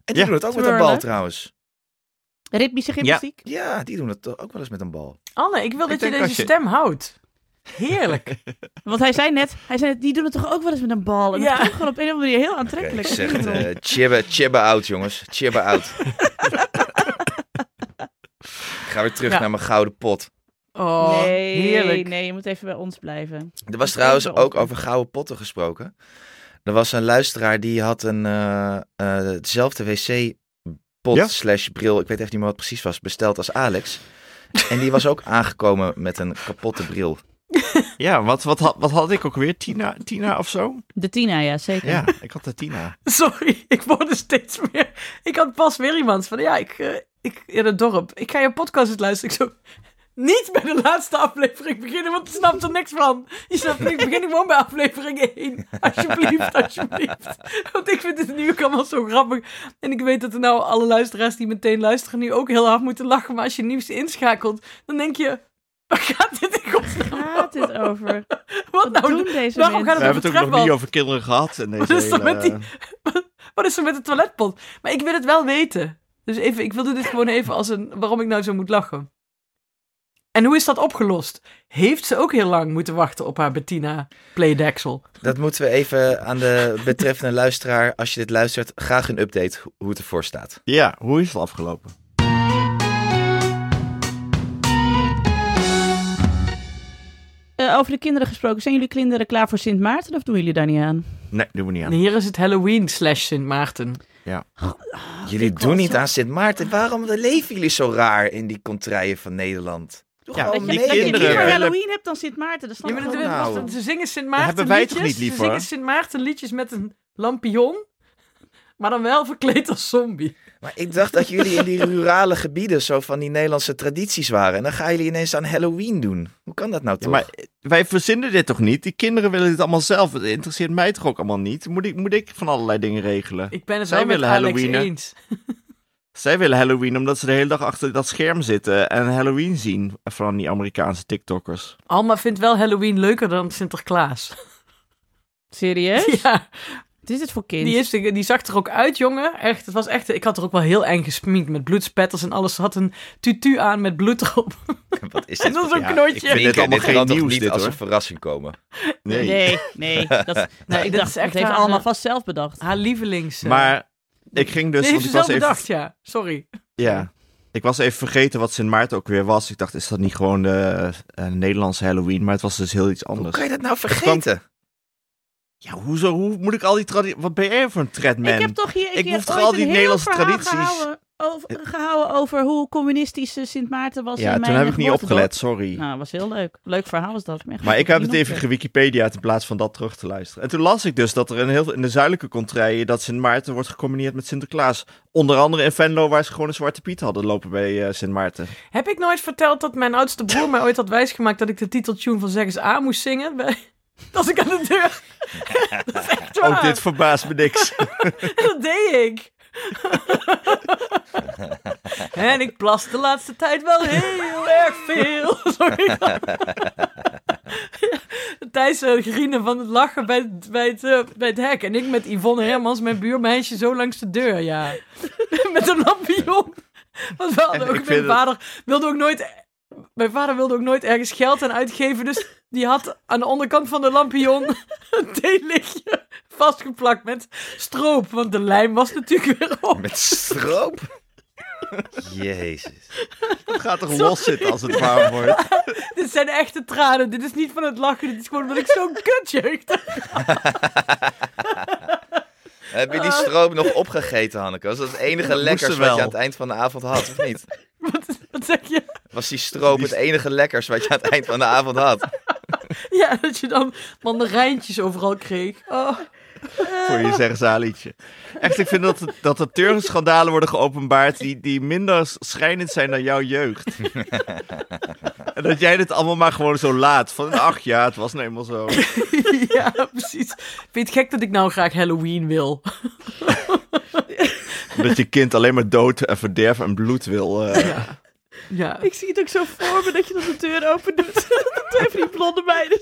die Ja. doen het ook met een Twirlen. bal trouwens. Ritmische gymnastiek. Ja, die doen het toch ook wel eens met een bal. Anne, ik wil dat je denk deze als je- stem houdt. (laughs) Heerlijk. Want hij zei net, hij zei net, die doen het toch ook wel eens met een bal. En Ja. dat klinkt gewoon op een of andere manier heel Oké, ik aantrekkelijk. zeg het, eh, chibbe, chibbe out jongens. Chibbe out. ik ga weer terug Ja. naar mijn gouden pot. Oh, nee, heerlijk. nee, je moet even bij ons blijven. Er Dat was is trouwens wel ook zo. over gouden potten gesproken. Er was een luisteraar die had een, eh eh hetzelfde wc-pot Ja? slash bril, ik weet even niet meer wat het precies was, besteld als Alex. en die was ook (laughs) aangekomen met een kapotte bril. Ja, wat, wat, had- wat had ik ook weer? Tina, Tina of zo? De Tina, ja, zeker. Ja, ik had de Tina. (laughs) Sorry, ik word er steeds meer. Ik had pas weer iemand van ja, ik, eh, ik in het dorp. Ik ga je podcast eens luisteren. Ik zo. Niet bij de laatste aflevering beginnen, want ik snap er niks van. Je snapt niks. Begin gewoon bij aflevering 1. Alsjeblieft, alsjeblieft. Want ik vind het nu ook allemaal zo grappig. En ik weet dat er nou alle luisteraars die meteen luisteren nu ook heel hard moeten lachen. Maar als je nieuws inschakelt, dan denk je... Waar gaat dit in godsnaam? gaat dit (laughs) over? Wat Wat nou? doen deze waarom mensen? gaat We hebben het ook nog betreft niet wel- over kinderen gehad. En deze Wat is er hele- met die- Wat is er met de toiletpot? Maar ik wil het wel weten. Dus even, ik wilde dit gewoon even als een... waarom ik nou zo moet lachen. En hoe is dat opgelost? Heeft ze ook heel lang moeten wachten op haar Bettina Playdeksel? Dat moeten we even aan de betreffende luisteraar, als je dit luistert, graag een update ho- hoe het ervoor staat. Ja, hoe is het afgelopen? Eh, over de kinderen gesproken. Zijn jullie kinderen klaar voor Sint Maarten of doen jullie daar niet aan? Nee, doen we niet aan. En hier is het Halloween slash Sint Maarten. jullie ik doen was niet zo- aan Sint Maarten. Waarom leven jullie zo raar in die contraien van Nederland? Doe Ja, gewoon dat je, mee. dat je kinderen liever willen- Halloween hebt dan Sint Maarten. Dat snap Ja, ik maar dat, gewoon Nou. wacht, ze zingen Sint Maarten hebben wij toch liedjes. niet lief Ze voor? zingen Sint Maarten liedjes met een lampion, maar dan wel verkleed als zombie. Maar ik dacht dat jullie in (laughs) die rurale gebieden zo van die Nederlandse tradities waren. En dan gaan jullie ineens aan Halloween doen. Hoe kan dat nou Ja, toch? maar eh, wij verzinnen dit toch niet? Die kinderen willen dit allemaal zelf. Het interesseert mij toch ook allemaal niet? Moet ik, moet ik van allerlei dingen regelen? Ik ben het Zij wel met willen Alex Halloweenen. eens. Zij willen Halloween omdat ze de hele dag achter dat scherm zitten en Halloween zien van die Amerikaanse TikTokkers. Alma vindt wel Halloween leuker dan Sinterklaas. Serieus? (laughs) Ja, Wat is dit voor kind? die, is, die zag er ook uit, jongen. Echt, het was echt, ik had er ook wel heel eng gesminkt met bloedspetters en alles. Ze had een tutu aan met bloed erop. (laughs) Wat is En dit? dat is een ja, knootje. ik vind dit allemaal geen kan toch nieuws, niet dit, als hoor. een verrassing komen. Nee, Nee. nee. (laughs) dat, nou, ik dit dacht, is echt dat heeft haar, allemaal eh, vast zelf bedacht. (laughs) Ah, Haar lievelings... eh, Maar ik ging dus. die want ik heeft ze zelf was even, bedacht, ja. Sorry. Ja. Ik was even vergeten wat Sint Maarten ook weer was. Ik dacht, is dat niet gewoon de eh, Nederlandse Halloween? Maar het was dus heel iets Hoe anders. kan je dat nou kwam- vergeten? (laughs) Ja, hoezo? Hoe moet ik al die tradities... Wat ben jij voor een Ik treadman? heb toch hier een Ik keer hoef toch ooit al die een heel Nederlandse verhaal tradities? Gehouden over, gehouden over hoe communistisch eh, Sint Maarten was ja, in toen mijn heb ik niet geboortedorp. opgelet, sorry. Nou, was heel leuk. Leuk verhaal was dat. echt Maar ik heb het niemand even weet. gewikipedia in plaats van dat terug te luisteren. En toen las ik dus dat er in, heel, in de zuidelijke contraien dat Sint Maarten wordt gecombineerd met Sinterklaas. Onder andere in Venlo, waar ze gewoon een zwarte piet hadden lopen bij eh, Sint Maarten. Heb ik nooit verteld dat mijn oudste broer mij ooit had wijsgemaakt dat ik de titeltune van Zeg eens A moest zingen? (laughs) bij- Als ik aan de deur. (laughs) dat is echt waar. Ook dit verbaast me niks. (laughs) (laughs) Dat deed ik. en ik plas de laatste tijd wel heel erg veel. (laughs) Sorry. Thijs eh, griende van het lachen bij, het- bij, het, eh, bij het hek. En ik met Yvonne Hermans, mijn buurmeisje, zo langs de deur, ja. (laughs) met een lampion. Want we hadden En ik ook, vind mijn het- vader wilde ook nooit... Mijn vader wilde ook nooit ergens geld aan uitgeven, dus die had aan de onderkant van de lampion een theelichtje vastgeplakt met stroop, want de lijm was natuurlijk weer op. Met (laughs) stroop? Jezus. Het gaat toch los zitten als het warm wordt. Dit zijn echte tranen, dit is niet van het lachen, dit is gewoon omdat ik zo'n kutjeugd heb. Heb je die Ah. stroop nog opgegeten, Hanneke? Was dat het enige Moest lekkers wat er je wel. aan het eind van de avond had, of niet? Wat, wat zeg je? Was die stroop het enige lekkers wat je aan het eind van de avond had? (laughs) Ja, dat je dan mandarijntjes overal kreeg. Oh. Voor je zeggen ze haar liedje. Echt, ik vind dat, dat er turnschandalen worden geopenbaard die, die minder schrijnend zijn dan jouw jeugd. En dat jij dit allemaal maar gewoon zo laat. Van ach ja, het was nou eenmaal zo. Ja, precies. Vind je het gek dat ik nou graag Halloween wil? Dat je kind alleen maar dood en verderf en bloed wil. eh, Ja, Ik zie het ook zo voor me dat je dan de deur open doet. (laughs) De twee van die blonde meiden.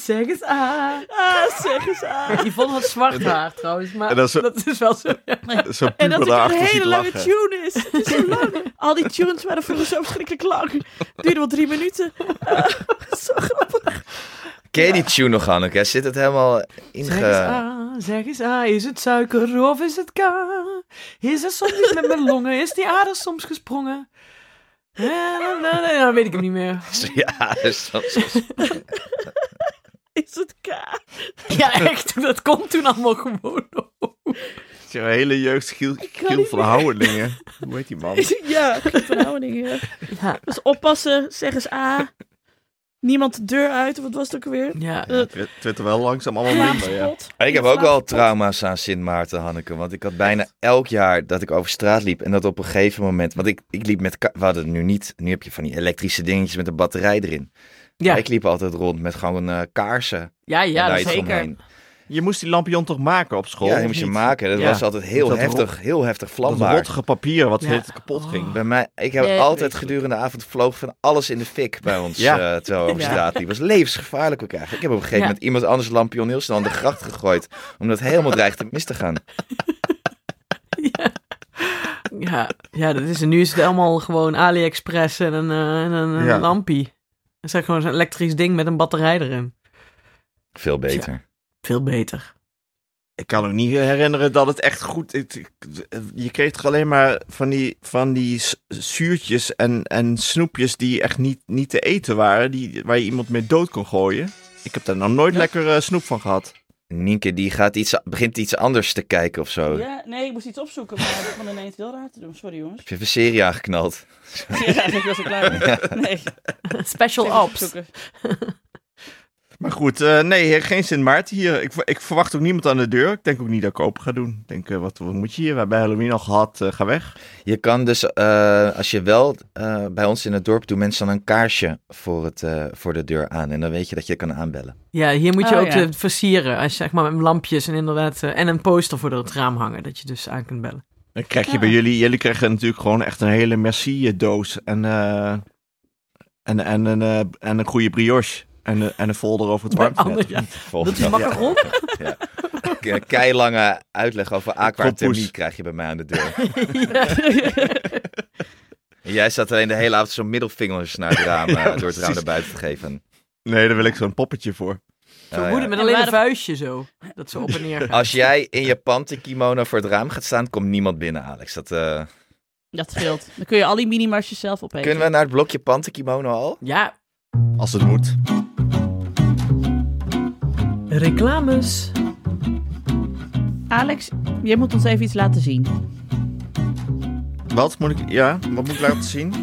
zeg eens ah. Ah, zeg eens aan. Yvonne had zwart haar trouwens, maar En dat dat is, is- wel zo. ja. (laughs) Zo'n En dat puber het een daarachter ziet hele lange lachen. tune is. Het is zo lang. (laughs) Al die tunes waren vroeger zo verschrikkelijk lang. Duurde wel drie minuten. Eh, zo grappig. Ken je die tune nog, Hanneke? Zit het helemaal Zeg eens inge... ah, zeg eens ah, is het suiker of is het ka? Is er soms iets met mijn longen? Is die aarde soms gesprongen? Eh, na, na, na, na, weet ik hem niet meer. (laughs) Ja, dus dat is- Is het (laughs) K? (laughs) Ja, echt, dat komt toen allemaal gewoon op. Zo'n hele jeugd Giel, kan Giel niet van Houwelingen. Hoe heet die man? Ja, verhouding. Ja. Ja, nou Dus oppassen, zeg eens A. Niemand de deur uit, wat was het ook weer? ja. Twi- Twitter wel langzaam allemaal minder, ja. Slaapspot. Ik heb ook wel Slaapspot. trauma's aan Sint Maarten, Hanneke. Want ik had bijna elk jaar dat ik over straat liep. En dat op een gegeven moment... Want ik, ik liep met... ka- We hadden het nu niet... Nu heb je van die elektrische dingetjes met een batterij erin. ja, Maar ik liep altijd rond met gewoon eh, kaarsen. ja, ja, daar dat iets zeker. omheen. Je moest die lampion toch maken op school? ja, die of moest je niet? maken. Dat Ja. was altijd heel Dat heftig, heel heftig Dat vlambaar. rottige papier wat Ja. steeds kapot ging. Oh. Bij mij, ik heb Nee, weet altijd ik. gedurende de avond vloog van alles in de fik bij ons. Ja. Ja. terwijl we op Ja. straat Die was levensgevaarlijk ook eigenlijk. Ik heb op een gegeven Ja. moment iemand anders lampion heel snel in de gracht gegooid. Omdat het helemaal dreigde mis te gaan. Ja, ja dat is, en nu is het allemaal gewoon AliExpress en een, eh, en een, een Ja. lampie. Het is echt gewoon zo'n elektrisch ding met een batterij erin. Veel beter. Veel beter. Ik kan ook niet herinneren dat het echt goed... het- het- je kreeg toch alleen maar van die, van die s- zuurtjes en, en snoepjes die echt niet, niet te eten waren. Die, waar je iemand mee dood kon gooien. Ik heb daar nog nooit lekker eh, snoep van gehad. Nienke die gaat iets, begint iets anders te kijken of Oh. zo. Ja, nee, ik moest iets opzoeken, maar dat kwam ineens heel raar te doen. Sorry jongens. (laughs) Heb je even serie aangeknald? Ja, ik was al klaar. mee. Nee, ik moest even Special ops. opzoeken. Maar goed, eh, nee, geen Sint Maarten hier. Ik, ver- ik verwacht ook niemand aan de deur. Ik denk ook niet dat ik open ga doen. Ik denk, eh, wat, wat moet je hier? We hebben Halloween al gehad. eh, ga weg. Je kan dus, eh, als je wel eh, bij ons in het dorp doen mensen dan een kaarsje voor, het, eh, voor de deur aan. En dan weet je dat je kan aanbellen. Ja, hier moet je Oh, ook ja. eh, versieren. Als, je, zeg maar met lampjes en inderdaad. eh, en een poster voor door het raam hangen. Dat je dus aan kunt bellen. Dan krijg je Ja. bij jullie, jullie krijgen natuurlijk gewoon echt een hele merci-doos en, eh, en, en, een, eh, en een goede brioche. En, een- en een folder over het Bij warmtenet. Andrea. Volgens Wilt u macaron? Ke- keilange uitleg over aquathermie Kropoes. krijg je bij mij aan de deur. Ja. En jij zat alleen de hele avond zo'n middelvingers naar het raam, eh, door het raam naar buiten te geven. Nee, daar wil ik zo'n poppetje voor. Oh, Zo'n ja. moeder met En alleen een waar- vuistje zo. Dat ze op en (laughs) neer gaat. Als jij in je panty kimono voor het raam gaat staan, komt niemand binnen, Alex. Dat, eh, Dat scheelt. Dan kun je al die minimarsjes zelf opeten. Kunnen we naar het blokje panty kimono al? Ja, Als het moet. reclames. Alex, jij moet ons even iets laten zien. Wat moet ik, ja, wat moet ik laten zien?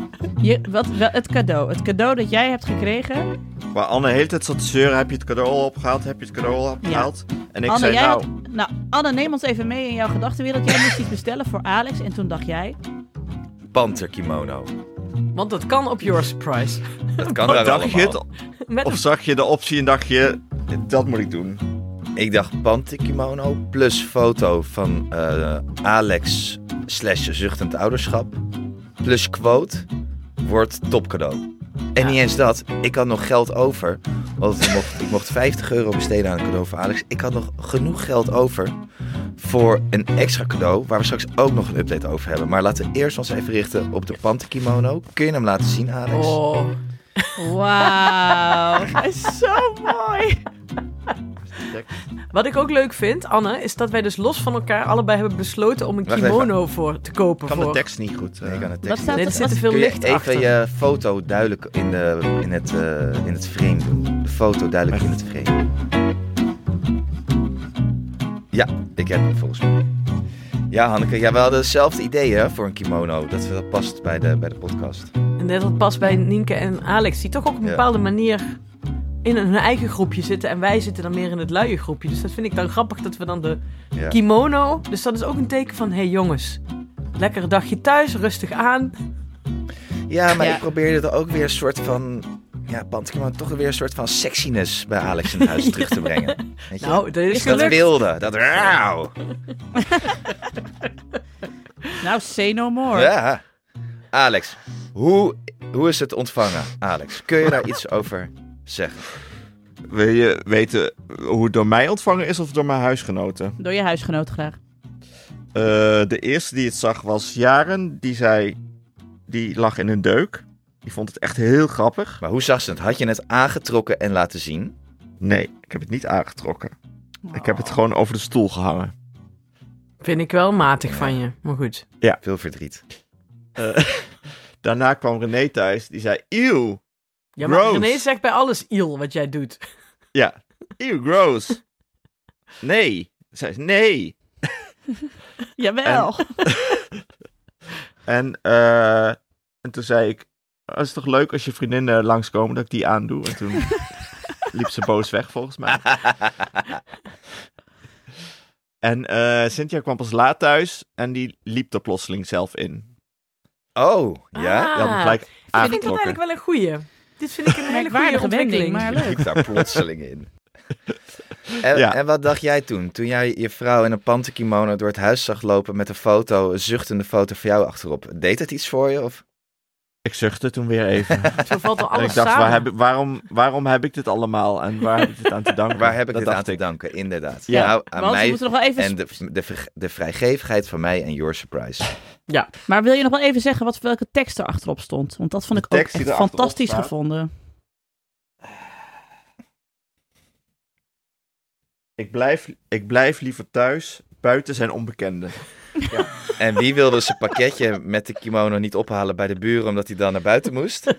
Je, wat, wel, het cadeau. Het cadeau dat jij hebt gekregen. Waar Anne de hele tijd zat te zeuren, heb je het cadeau al opgehaald? Heb je het cadeau al opgehaald? En ik Anne, zei, jij nou, had- nou, Anne, neem ons even mee in jouw gedachtenwereld. Jij moest iets bestellen voor Alex. En toen dacht jij... Panter kimono. Want dat kan op Your Surprise. Dat kan dacht daar je het? allemaal. Met Of zag je de optie en dacht je, dat moet ik doen. Ik dacht panty kimono plus foto van eh, Alex slash zuchtend ouderschap. Plus quote wordt topcadeau. En niet eens dat, ik had nog geld over. Want ik mocht, ik mocht 50 euro besteden aan een cadeau voor Alex. Ik had nog genoeg geld over voor een extra cadeau... waar we straks ook nog een update over hebben. Maar laten we eerst ons even richten op de panty kimono. Kun je hem laten zien, Alex? Oh. (laughs) Wauw. dat is zo mooi. Wat ik ook leuk vind, Anne, is dat wij dus los van elkaar allebei hebben besloten om een Wacht kimono voor te kopen. Ik kan de voor. tekst niet goed. eh. Nee, ik kan het Wat tekst staat Nee, er? er zit te wat- veel Kun je licht even achter. je foto duidelijk in, de, in, het, eh, in het frame doen? De foto duidelijk in het frame. Ja, ik heb hem volgens mij. Ja, Hanneke, ja, we hadden hetzelfde idee hè, voor een kimono. Dat, dat past bij de, bij de podcast. En net dat past bij Nienke en Alex, die toch ook op een Ja. bepaalde manier in hun eigen groepje zitten. En wij zitten dan meer in het luie groepje. Dus dat vind ik dan grappig dat we dan de Ja. kimono. Dus dat is ook een teken van: hé hey jongens, lekker dagje thuis, rustig aan. Ja, maar Ja. ik probeerde er ook weer een soort van... Ja, pantkimono, toch weer een soort van sexiness bij Alex in huis terug te (laughs) brengen. Weet je? Nou, dat is Is dat gelukt. wilde, dat rauw. Nou, say no more. Ja. Alex, hoe, hoe is het ontvangen? Alex, kun je daar iets over zeggen? Wil je weten hoe het door mij ontvangen is of door mijn huisgenoten? Door je huisgenoot graag. Eh, de eerste die het zag was Jaren. Die zei, die lag in een deuk. Die vond het echt heel grappig. Maar hoe zag ze het? Had je het aangetrokken en laten zien? Nee, ik heb het niet aangetrokken. Ik heb het gewoon over de stoel gehangen. Vind ik wel matig van je. Maar goed. Veel verdriet. Eh, daarna kwam René thuis. Die zei, eeuw, Ja, maar Gross. René zegt bij alles iel wat jij doet. ja, eeuw, gross. Nee, zei ze, nee. Oh, Jawel. En, eh, en toen zei ik, "Oh, het is toch leuk als je vriendinnen langskomen dat ik die aandoe. En (laughs) toen liep ze boos weg volgens mij. En eh, Cynthia kwam pas laat thuis en die liep er plotseling zelf in. Oh, ja? Die had hem gelijk Ik vind dat aangetrokken. eigenlijk wel een goeie. Dit vind ik een hele goede Merkwaardige ontwikkeling. wending, maar Ik leuk. daar plotseling in. En, Ja. en wat dacht jij toen? Toen jij je vrouw in een pantenkimono door het huis zag lopen met een foto, een zuchtende foto van jou achterop. Deed het iets voor je? Of? Ik zuchtte toen weer even. Zo valt Oh, En wel (laughs) alles ik dacht, samen. waar heb, ik- waarom, waarom heb ik dit allemaal en waar heb ik dit aan te danken? Waar heb ik Dat dit aan dacht te ik. danken? Inderdaad. Ja. Nou, aan Want we mij moeten nog wel even... en de, de, ver- de vrijgevigheid van mij en your surprise. Maar wil je nog wel even zeggen wat, welke tekst er achterop stond? Want dat vond De ik ook tekst die echt erachterop fantastisch staat? gevonden. Ik blijf, ik blijf liever thuis. Buiten zijn onbekenden. En wie wilde zijn pakketje met de kimono niet ophalen bij de buren omdat hij dan naar buiten moest?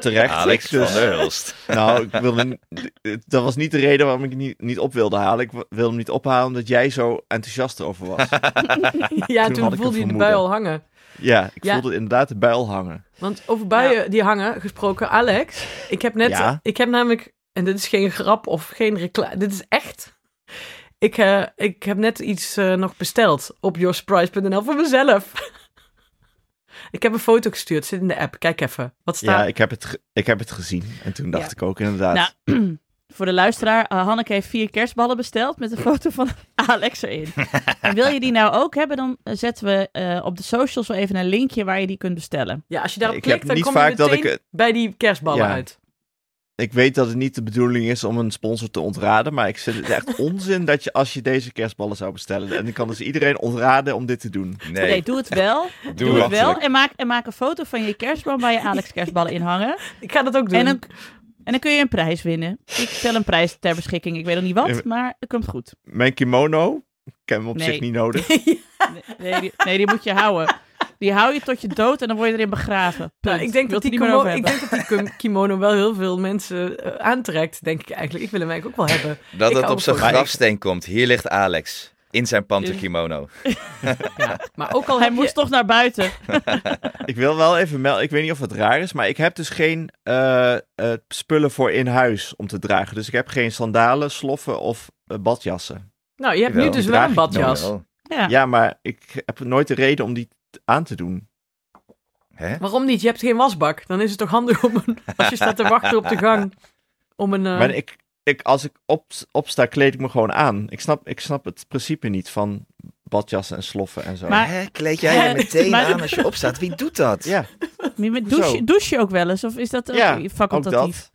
(laughs) terecht. Alex Ik dus- van der Hulst. Nou, ik wilde, niet- dat was niet de reden waarom ik niet, niet op wilde halen. Ik wilde hem niet ophalen omdat jij zo enthousiast erover was. ja, toen toen, had ik het voelde je de vermoeden. bui al hangen. Ja, ik Ja. voelde inderdaad de buil hangen. Want over buien die hangen gesproken, Alex. Ik heb net, Ja. ik heb namelijk, en dit is geen grap of geen reclame, dit is echt. Ik, eh, ik heb net iets eh, nog besteld op yoursurprise.nl voor mezelf. (laughs) ik heb een foto gestuurd, zit in de app. Kijk even. Wat staat Ja, ik heb, het ge- ik heb het gezien. En toen dacht Ja. ik ook inderdaad. Nou, voor de luisteraar, eh, Hanneke heeft vier kerstballen besteld (laughs) met een foto van Alex erin. en wil je die nou ook hebben, dan eh, zetten we eh, op de socials wel even een linkje waar je die kunt bestellen. Ja, als je daarop Ik heb klikt, dan niet kom je vaak dat meteen ik bij die kerstballen Ja. uit. ik weet dat het niet de bedoeling is om een sponsor te ontraden. Maar ik vind het echt onzin dat je als je deze kerstballen zou bestellen. En ik kan dus iedereen ontraden om dit te doen. Nee, Oké, doe het wel. Doe, het wel. makkelijk. En maak, en maak een foto van je kerstboom waar je Alex kerstballen in hangen. Ik ga dat ook doen. En dan, en dan kun je een prijs winnen. Ik stel een prijs ter beschikking. Ik weet nog niet wat, maar het komt goed. Mijn kimono, ik heb hem op Nee. zich niet nodig. Nee, Nee, die, nee, die moet je houden. Die hou je tot je dood en dan word je erin begraven. Nou, ik, denk dat die die meer kimo- over ik hebben. denk dat die kim- (laughs) kimono wel heel veel mensen eh, aantrekt, denk ik eigenlijk. Ik wil hem eigenlijk ook (laughs) wel hebben. Dat Ik het hou op zijn ervan. grafsteen komt. Hier ligt Alex. In zijn panterkimono. Maar ook al Hij heb je- moest toch naar buiten. Ik wil wel even melden, ik weet niet of het raar is, maar ik heb dus geen eh, eh, spullen voor in huis om te dragen. Dus ik heb geen sandalen, sloffen of eh, badjassen. Nou, je hebt nu Jawel, dus dan wel draag een ik het nog badjas. Oh, Ja. Ja. maar ik heb nooit de reden om die t- aan te doen. hè? Waarom niet? Je hebt geen wasbak. Dan is het toch handig om een, als je staat te wachten op de gang om een. eh, Maar ik, ik, als ik op, opsta, kleed ik me gewoon aan. Ik snap, ik snap het principe niet van badjassen en sloffen en zo. Maar- Hè? Kleed jij je meteen Maar- aan als je opstaat? Wie doet dat? Ja, Maar met Hoezo? douche, douche je ook wel eens? Of is dat ook Ja, ook facultatief?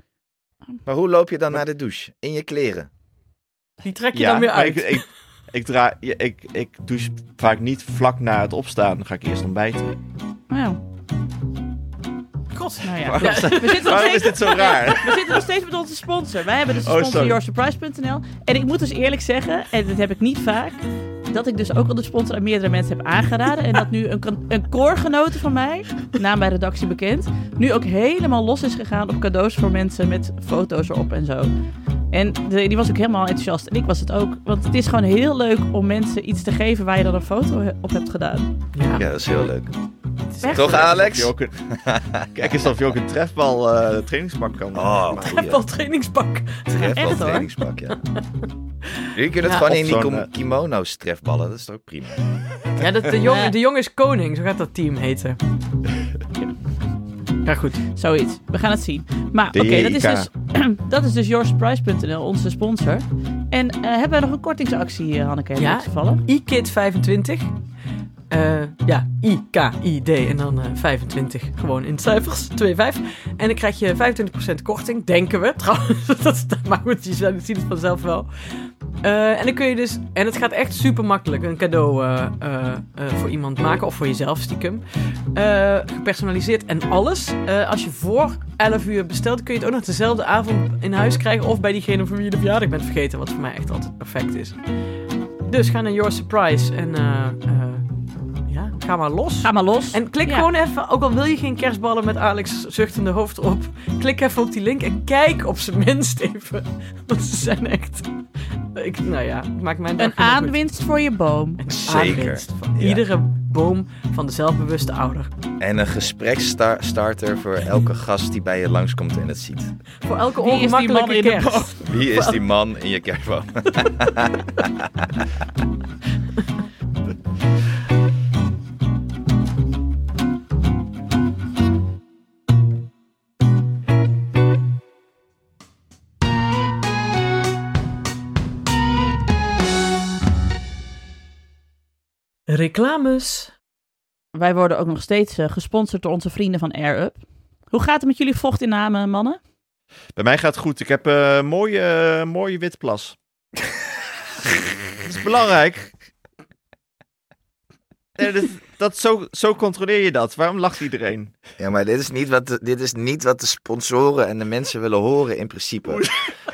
dat. Maar hoe loop je dan naar de douche? In je kleren? die trek je Ja, dan weer maar uit. ik, ik, ik, dra- ja, ik, ik douche vaak niet vlak na het opstaan. Dan ga ik eerst (laughs) ontbijten. Nou, God. nou ja. Waarom, We zitten nog waarom is steeds... dit zo raar? We zitten nog steeds met onze sponsor. Wij hebben dus een Oh, sponsor sorry. yoursurprise.nl. En ik moet dus eerlijk zeggen, en dat heb ik niet vaak, dat ik dus ook al de sponsor aan meerdere mensen heb aangeraden. En dat nu een, kan- een koorgenote van mij, naam bij redactie bekend, nu ook helemaal los is gegaan op cadeaus voor mensen met foto's erop en zo. En de- die was ook helemaal enthousiast. En ik was het ook. Want het is gewoon heel leuk om mensen iets te geven waar je dan een foto he- op hebt gedaan. Ja. (laughs) Ja, dat is heel leuk. Echt Toch, Of je Alex? ook een- (laughs) Kijk eens of je ook een trefbal eh, trainingspak kan Oh, maken. Heb wel trainingspak. Echt Trefbal hoor. trainingspak, ja. Jullie kunnen het Ja, gewoon in of die zo'n, kom- eh, kimono's trefballen. Dat is toch ook prima? Ja, dat, de, jongen, de jongen is koning. Zo gaat dat team heten. Ja, goed. Zoiets. We gaan het zien. Maar oké, dat is DJIK. dus, dat is dus (clears throat) yoursurprise.nl, onze sponsor. En eh, hebben wij nog een kortingsactie, eh, Hanneke, in Ja. dit gevallen? IKID25. Eh, ja, I-K-I-D en dan eh, 25. Gewoon in cijfers, 2,5. En dan krijg je 25% korting, denken we trouwens. (laughs) Dat is, maar goed, je zal- je ziet het vanzelf wel. Eh, en dan kun je dus, en het gaat echt super makkelijk, een cadeau eh, eh, eh, voor iemand maken of voor jezelf stiekem. Eh, gepersonaliseerd en alles. Eh, als je voor 11 uur bestelt, kun je het ook nog dezelfde avond in huis krijgen. Of bij diegene voor wie je de verjaardag bent vergeten, wat voor mij echt altijd perfect is. Dus ga naar Your Surprise en eh, eh, ja, ga maar los. Ga maar los. En klik Ja. gewoon even, ook al wil je geen kerstballen met Alex zuchtende hoofd op, klik even op die link en kijk op zijn minst even. (laughs) Want ze zijn echt... Ik, nou ja, maakt mijn dag Een helemaal goed. aanwinst voor je boom. Een Zeker. aanwinst van Ja. iedere boom van de zelfbewuste ouder. En een gespreksstarter voor elke gast die bij je langskomt en het ziet. Voor elke Wie is die ongemakkelijke man in de kerst. boom? Wie is die man in je kerstboom? Reclames. Wij worden ook nog steeds eh, gesponsord door onze vrienden van Air Up. Hoe gaat het met jullie vochtinnamen, mannen? Bij mij gaat het goed. Ik heb een mooie, eh, mooie wit plas. dat is belangrijk. Nee, dat, dat, zo, zo controleer je dat. Waarom lacht iedereen? Ja, maar dit is, niet wat de, dit is niet wat de sponsoren en de mensen willen horen in principe.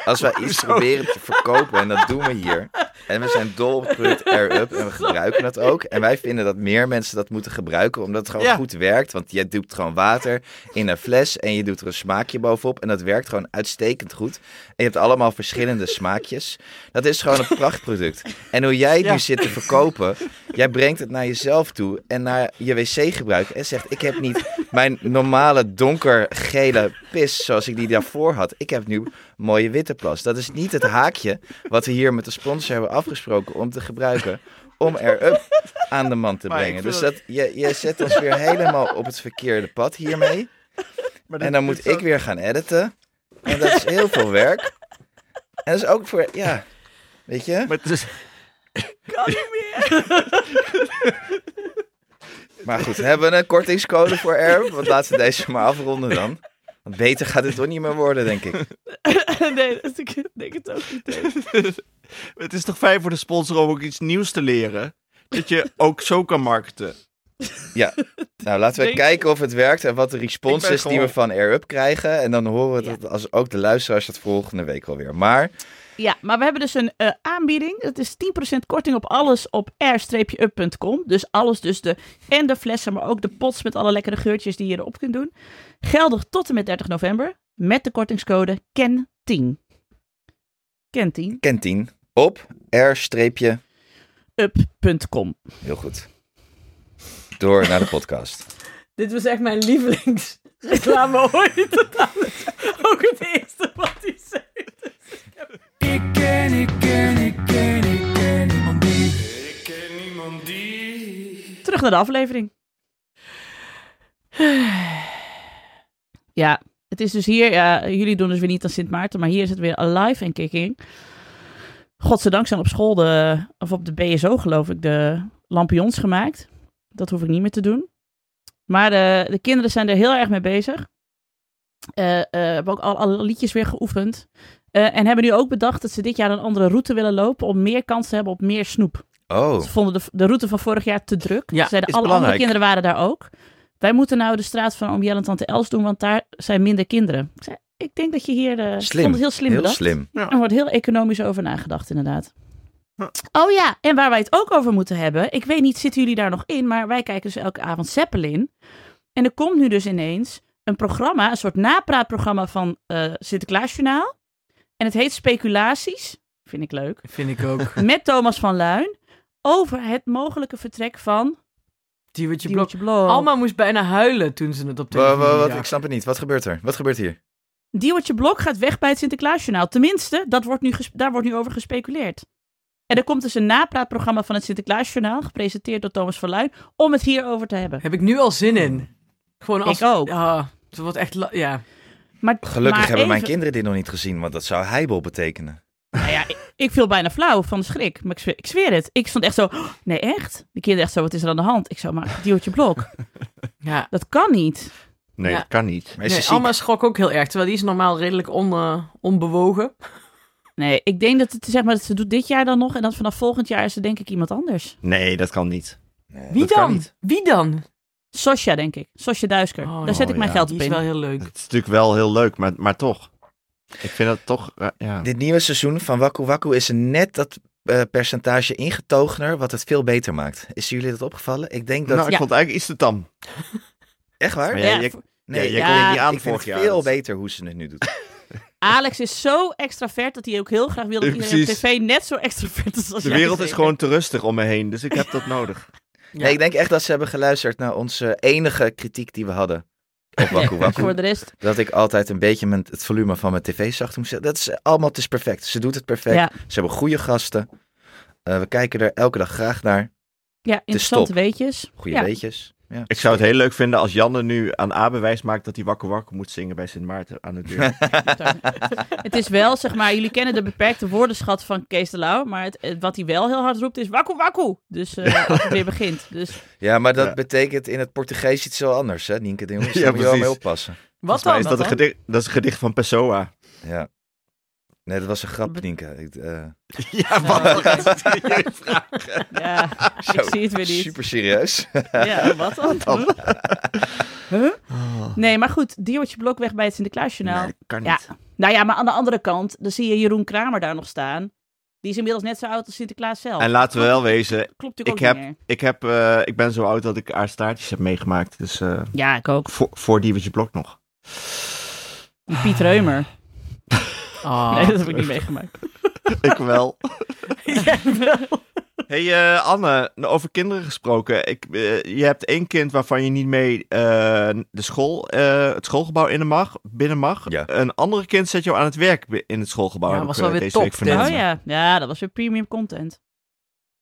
Als wij iets proberen te verkopen, en dat doen we hier. En we zijn dol op het product Air Up en we gebruiken dat ook. En wij vinden dat meer mensen dat moeten gebruiken, omdat het gewoon Ja. goed werkt. Want je doet gewoon water in een fles en je doet er een smaakje bovenop. En dat werkt gewoon uitstekend goed. En je hebt allemaal verschillende smaakjes. Dat is gewoon een prachtproduct. En hoe jij het nu zit te verkopen, jij brengt het naar jezelf toe en naar je wc-gebruik. En zegt, ik heb niet mijn normale donkergele pis zoals ik die daarvoor had. Ik heb nu mooie witte plas. Dat is niet het haakje wat we hier met de sponsor hebben afgesproken om te gebruiken. Om er up aan de man te Maar ik brengen. vind Dus dat- dat, je, je zet ons weer helemaal op het verkeerde pad hiermee. Maar En dan moet ik weer gaan editen. En dat is heel veel werk. En dat is ook voor, ja, weet je? Maar het is, Maar goed, hebben we een kortingscode voor Erb? Want laten we deze maar afronden dan. Want beter gaat het toch niet meer worden, denk ik. (laughs) nee, dat ik denk het ook niet. het is toch fijn voor de sponsor om ook iets nieuws te leren? Dat je ook zo kan marketen. Nou, laten we Denk- kijken of het werkt en wat de respons Ik ben is die we van Air-Up krijgen. En dan horen we Ja. dat als ook de luisteraars dat volgende week alweer. Maar Ja, maar we hebben dus een eh, aanbieding. Dat is 10% korting op alles op air-up.com. Dus alles dus de, en de flessen, maar ook de pots met alle lekkere geurtjes die je erop kunt doen. Geldig tot en met 30 november met de kortingscode KEN10. KEN10 kentien op R-streepje. up.com. Heel goed. Door naar de podcast. Dit was echt mijn lievelingsreclame (laughs) ooit. Dat is Ook het eerste wat hij zei. Ik ken, ik ken, ik ken, ik ken niemand die. Ik ken niemand die. Terug naar de aflevering. Ja, het is dus hier. ja, jullie doen dus weer niet aan Sint Maarten, maar hier is het weer alive en kicking. Godzijdank zijn op school de, of op de BSO geloof ik, de lampions gemaakt. Dat hoef ik niet meer te doen. Maar de, de kinderen zijn er heel erg mee bezig. Eh, eh, hebben ook al alle liedjes weer geoefend. Eh, en hebben nu ook bedacht dat ze dit jaar een andere route willen lopen om meer kans te hebben op meer snoep. Oh, Ze vonden de, de route van vorig jaar te druk. Ja, Ze zeiden, is alle belangrijk. andere kinderen waren daar ook. Wij moeten nou de straat van Oom Jelle en Tante Els doen, want daar zijn minder kinderen. Ik, zei, ik denk dat je hier... eh ik Slim. vond het heel slim heel bedacht. slim. Er wordt heel economisch over nagedacht, inderdaad. Oh ja, en waar wij het ook over moeten hebben. Ik weet niet, zitten jullie daar nog in? Maar wij kijken dus elke avond Zeppelin. En er komt nu dus ineens een programma, een soort napraatprogramma van eh Sinterklaasjournaal. En het heet Speculaties. Vind ik leuk Vind ik ook. (laughs) met Thomas van Luin over het mogelijke vertrek van (laughs) Die wat je blok. Diewertje Blok. Alma moest bijna huilen toen ze het op Wa- wa- televisie wat, zag. ik snap het niet. Wat gebeurt er? Wat gebeurt hier? Diewertje Blok gaat weg bij het Sinterklaasjournaal. Tenminste, dat wordt nu ges- daar wordt nu over gespeculeerd. En er komt dus een napraatprogramma van het Sinterklaasjournaal, gepresenteerd door Thomas van Luin, om het hierover te hebben. Heb ik nu al zin in. Gewoon als... Ik ook. Ja, het wordt echt... la- Ja. Maar, Gelukkig maar hebben mijn even- kinderen dit nog niet gezien, want dat zou heibel betekenen. Nou ja, ik, ik viel bijna flauw van de schrik. Maar ik zweer, ik zweer het. Ik stond echt zo, "Oh, nee echt? De kinderen echt zo, wat is er aan de hand? Ik zo, maar Diewertje Blok, (laughs) Ja. dat kan niet. Nee, Ja. dat kan niet. Maar is ze Nee, ziek? Alma schrok ook heel erg. Terwijl die is normaal redelijk on, eh, onbewogen. Nee, ik denk dat het, zeg maar, dat ze doet dit jaar dan nog en dan vanaf volgend jaar is er denk ik iemand anders. Nee, dat kan niet. Nee. Wie dat kan dan? niet. Wie dan? Sosja, denk ik. Sosja Duisker. Oh, Daar zet ik oh, mijn ja. geld Die op is in. wel heel leuk. Het is natuurlijk wel heel leuk, maar, maar toch. Ik vind dat toch... eh, ja. Dit nieuwe seizoen van Waku Waku is er net dat eh, percentage ingetogener wat het veel beter maakt. Is jullie dat opgevallen? Ik denk dat... Nou, ik Ja. vond het eigenlijk iets te tam. echt waar? Maar jij, Ja, jij- voor- jij- jij ja, kon je niet ik aan vind vorig het jaar. veel Dat- beter hoe ze het nu (laughs) doet. Alex is zo extravert dat hij ook heel graag wil dat Ja, iedereen op precies. tv net zo extravert is als De jij, wereld is zeker. gewoon te rustig om me heen, dus ik heb dat nodig. Ja. Nee, ik denk echt dat ze hebben geluisterd naar onze enige kritiek die we hadden op (laughs) Waku Waku. Voor de rest, Dat ik altijd een beetje mijn- het volume van mijn tv zacht moet zetten. Dat is allemaal, het is perfect. Ze doet het perfect. Ja. Ze hebben goede gasten. Eh, we kijken er elke dag graag naar. ja, interessante top. weetjes. (laughs) Goede ja. weetjes. Ja. Ik zou het heel leuk vinden als Janne nu aan A bewijs maakt dat hij wakker wakker moet zingen bij Sint Maarten aan de deur. Het is wel, zeg maar, jullie kennen de beperkte woordenschat van Kees de Lauw, maar het, het- wat hij wel heel hard roept is wakku wakku. Dus eh, als het weer begint. Dus Ja, maar dat Ja. betekent in het Portugees iets heel anders, hè, Nienke? (laughs) Daar moet Ja, je wel precies. mee oppassen. Wat Volgens mij dan? Is dat, Wat een dan? gedicht, dat is een gedicht van Pessoa. Ja. Nee, dat was een grap, Be- Nienke. Ik, eh, Ja, wat een ja, ik zo Ah, zie het weer niet. Super (laughs) serieus. Ja, wat dan? (laughs) Huh? Nee, maar goed, Diewertje Blok weg bij het Sinterklaasjournaal. Nee, dat kan ja. niet. Nou ja, maar aan de andere kant, dan zie je Jeroen Kramer daar nog staan. Die is inmiddels net zo oud als Sinterklaas zelf. En laten we wel wezen, Klopt ik, natuurlijk ook niet heb, ik, heb, eh, ik ben zo oud dat ik aardstaartjes heb meegemaakt. Dus eh, meer. Ja, ik ook. voor, voor Diewertje Blok nog. Die Piet Reumer. (laughs) Ah. Nee, dat heb ik niet meegemaakt. Ik wel. Ja, wel. Hey eh, Anne, over kinderen gesproken. Ik, eh, je hebt één kind waarvan je niet mee eh, de school, eh, het schoolgebouw in mag, binnen mag. Ja. Een andere kind zet jou aan het werk bi- in het schoolgebouw. Ja, heb was ik, wel eh, weer deze top, week dit. vernomen. Oh ja. ja, dat was weer premium content.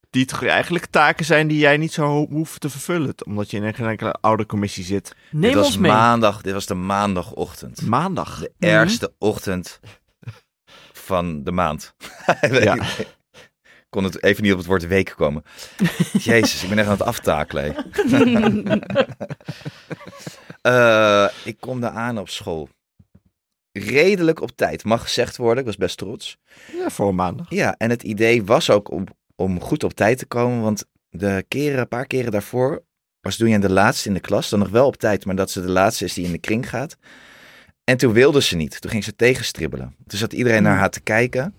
Die t- eigenlijk taken zijn die jij niet zo ho- hoeft te vervullen. t- Omdat je in geen enkele oudercommissie zit. Neem dit was ons mee. maandag. Dit was de maandagochtend. Maandag. Mhm. Ergste ochtend van de maand. (laughs) Ja. Ik kon het even niet op het woord week (laughs) komen. Jezus, ik ben echt aan het aftakelen. hè. Eh, ik kom daar aan op school. Redelijk op tijd, mag gezegd worden. Ik was best trots. Ja, voor een maandag. Ja, en het idee was ook om, om goed op tijd te komen. Want de keren, een paar keren daarvoor was Doenjan de laatste in de klas. Dan nog wel op tijd, maar dat ze de laatste is die in de kring gaat. En toen wilde ze niet. Toen ging ze tegenstribbelen. Toen zat iedereen naar haar te kijken.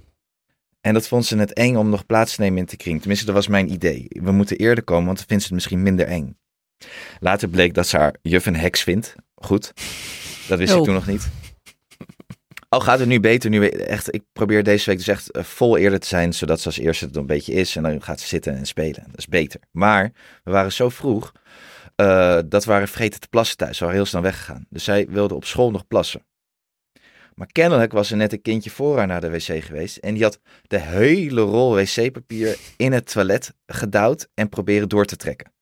En dat vond ze net eng om nog plaats te nemen in de kring. Tenminste, dat was mijn idee. We moeten eerder komen, want dan vindt ze het misschien minder eng. Later bleek dat ze haar juf een heks vindt. Goed. Dat wist ik Oh. toen nog niet. Oh, gaat het nu beter? Nu we- echt, ik probeer deze week dus echt eh, vol eerder te zijn, zodat ze als eerste het een beetje is. En dan gaat ze zitten en spelen. Dat is beter. Maar we waren zo vroeg, eh, dat we waren vergeten te plassen thuis. Ze waren heel snel weggegaan. Dus zij wilde op school nog plassen. Maar kennelijk was er net een kindje voor haar naar de wc geweest. En die had de hele rol wc-papier in het toilet gedouwd en proberen door te trekken.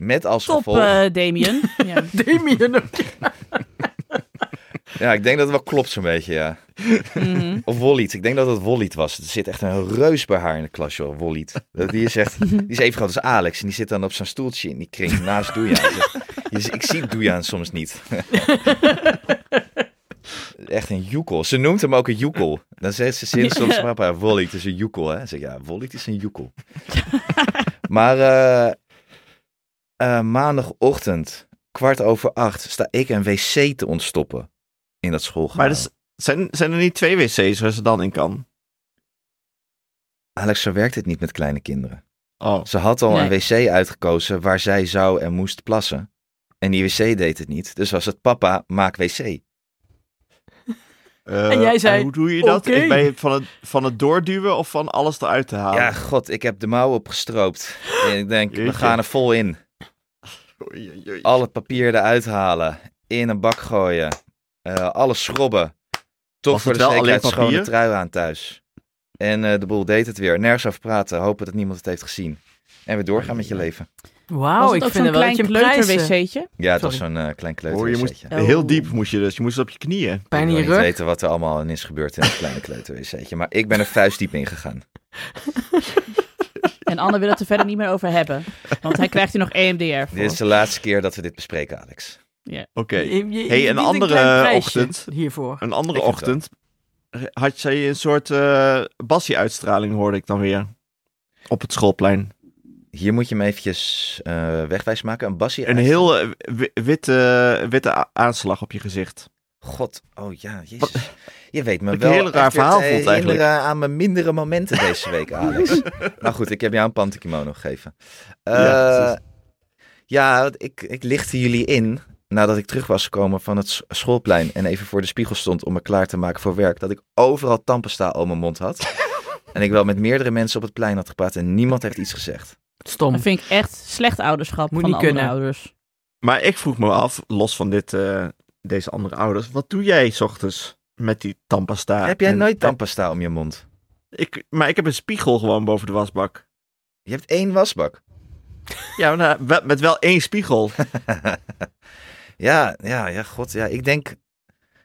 Met als Top, gevolg... eh Damien. Ja. Damien. (laughs) Ja, ik denk dat het wel klopt zo'n beetje, ja. Mhm. Of Wolliet. Ik denk dat het Wolliet was. Er zit echt een reus bij haar in de klas, joh. Wolliet. Dat- Die is echt... Die is even groot als Alex. En die zit dan op zijn stoeltje in die kring naast Doejaan. Dus ik zie Doejaan soms niet. (laughs) Echt een joekel. Ze noemt hem ook een joekel. Dan zegt ze sinds soms maar papa, Wolliet is een joekel, hè. Dan zeg ik, ja, Wolliet is een joekel. maar eh, eh, maandagochtend, kwart over acht, sta ik een wc te ontstoppen in dat schoolgebouw. Maar dus, zijn, zijn er niet twee wc's waar ze dan in kan? Alex, zo werkt het niet met kleine kinderen. Oh. Ze had al een Nee. wc uitgekozen waar zij zou en moest plassen. En die wc deed het niet. Dus was het papa, maak wc. Eh, En jij zei, hoe doe je dat? "Oké." Ik ben je van het, van het doorduwen of van alles eruit te halen? Ja, god, ik heb de mouw opgestroopt. En ik denk, we Jeetje. gaan er vol in. Oei, oei, oei. Al het papier eruit halen. In een bak gooien. eh, alles schrobben. Toch Was voor de het wel alleen zekerheid schone papier? trui aan thuis. En eh, de boel deed het weer. Nergens over praten. Hopen dat niemand het heeft gezien. En weer doorgaan met je leven. Was Wauw, het Oh, ik ook vind zo'n het wel dat klein je prijzen... kleuterwc'tje? Ja, het Sorry. was zo'n eh, klein kleuter. Oh, je moest, heel diep moest je dus. Je moest op je knieën. Pijn in je ik wil niet rug. weten wat er allemaal in is gebeurd in het kleine kleuterwc'tje. Maar ik ben er vuistdiep in (laughs) gegaan. En Anne wil het er verder niet meer over hebben. Want hij krijgt hier nog E EMDR voor. Dit is de laatste keer dat we dit bespreken, Alex. Oké. Je- je- je Hey, een verdient andere eh, klein prijsje ochtend. Hiervoor. Een andere Ik vind het wel. ochtend had zij een soort eh Bassie-uitstraling, hoorde ik dan weer. Op het schoolplein. Hier moet je hem eventjes eh, wegwijs maken. Een bassie. Een heel eh, wi- witte, witte a- aanslag op je gezicht. God, oh ja, jezus. Je weet me Ik wel. een heel raar echt weer verhaal te vond eigenlijk. herinneren aan mijn mindere momenten deze week, (laughs) Alex. maar goed, ik heb jou een pantekimono gegeven. Eh, Ja, ja, precies. want ik, ik lichtte jullie in nadat ik terug was gekomen van het s- schoolplein en even voor de spiegel stond om me klaar te maken voor werk, dat ik overal tandpasta om mijn mond (laughs) had. en ik wel met meerdere mensen op het plein had gepraat en niemand heeft iets gezegd. Stom. Dat vind ik echt slecht ouderschap Moet van de niet andere kunnen. ouders. Maar ik vroeg me af, los van dit, eh, deze andere ouders, wat doe jij 's ochtends met die tandpasta? heb jij En- nooit tandpasta om je mond? Ik, maar ik heb een spiegel gewoon boven de wasbak. Je hebt één wasbak. Ja, maar nou, wel- met wel één spiegel. Ja, ja, ja, god. Ja, ik denk...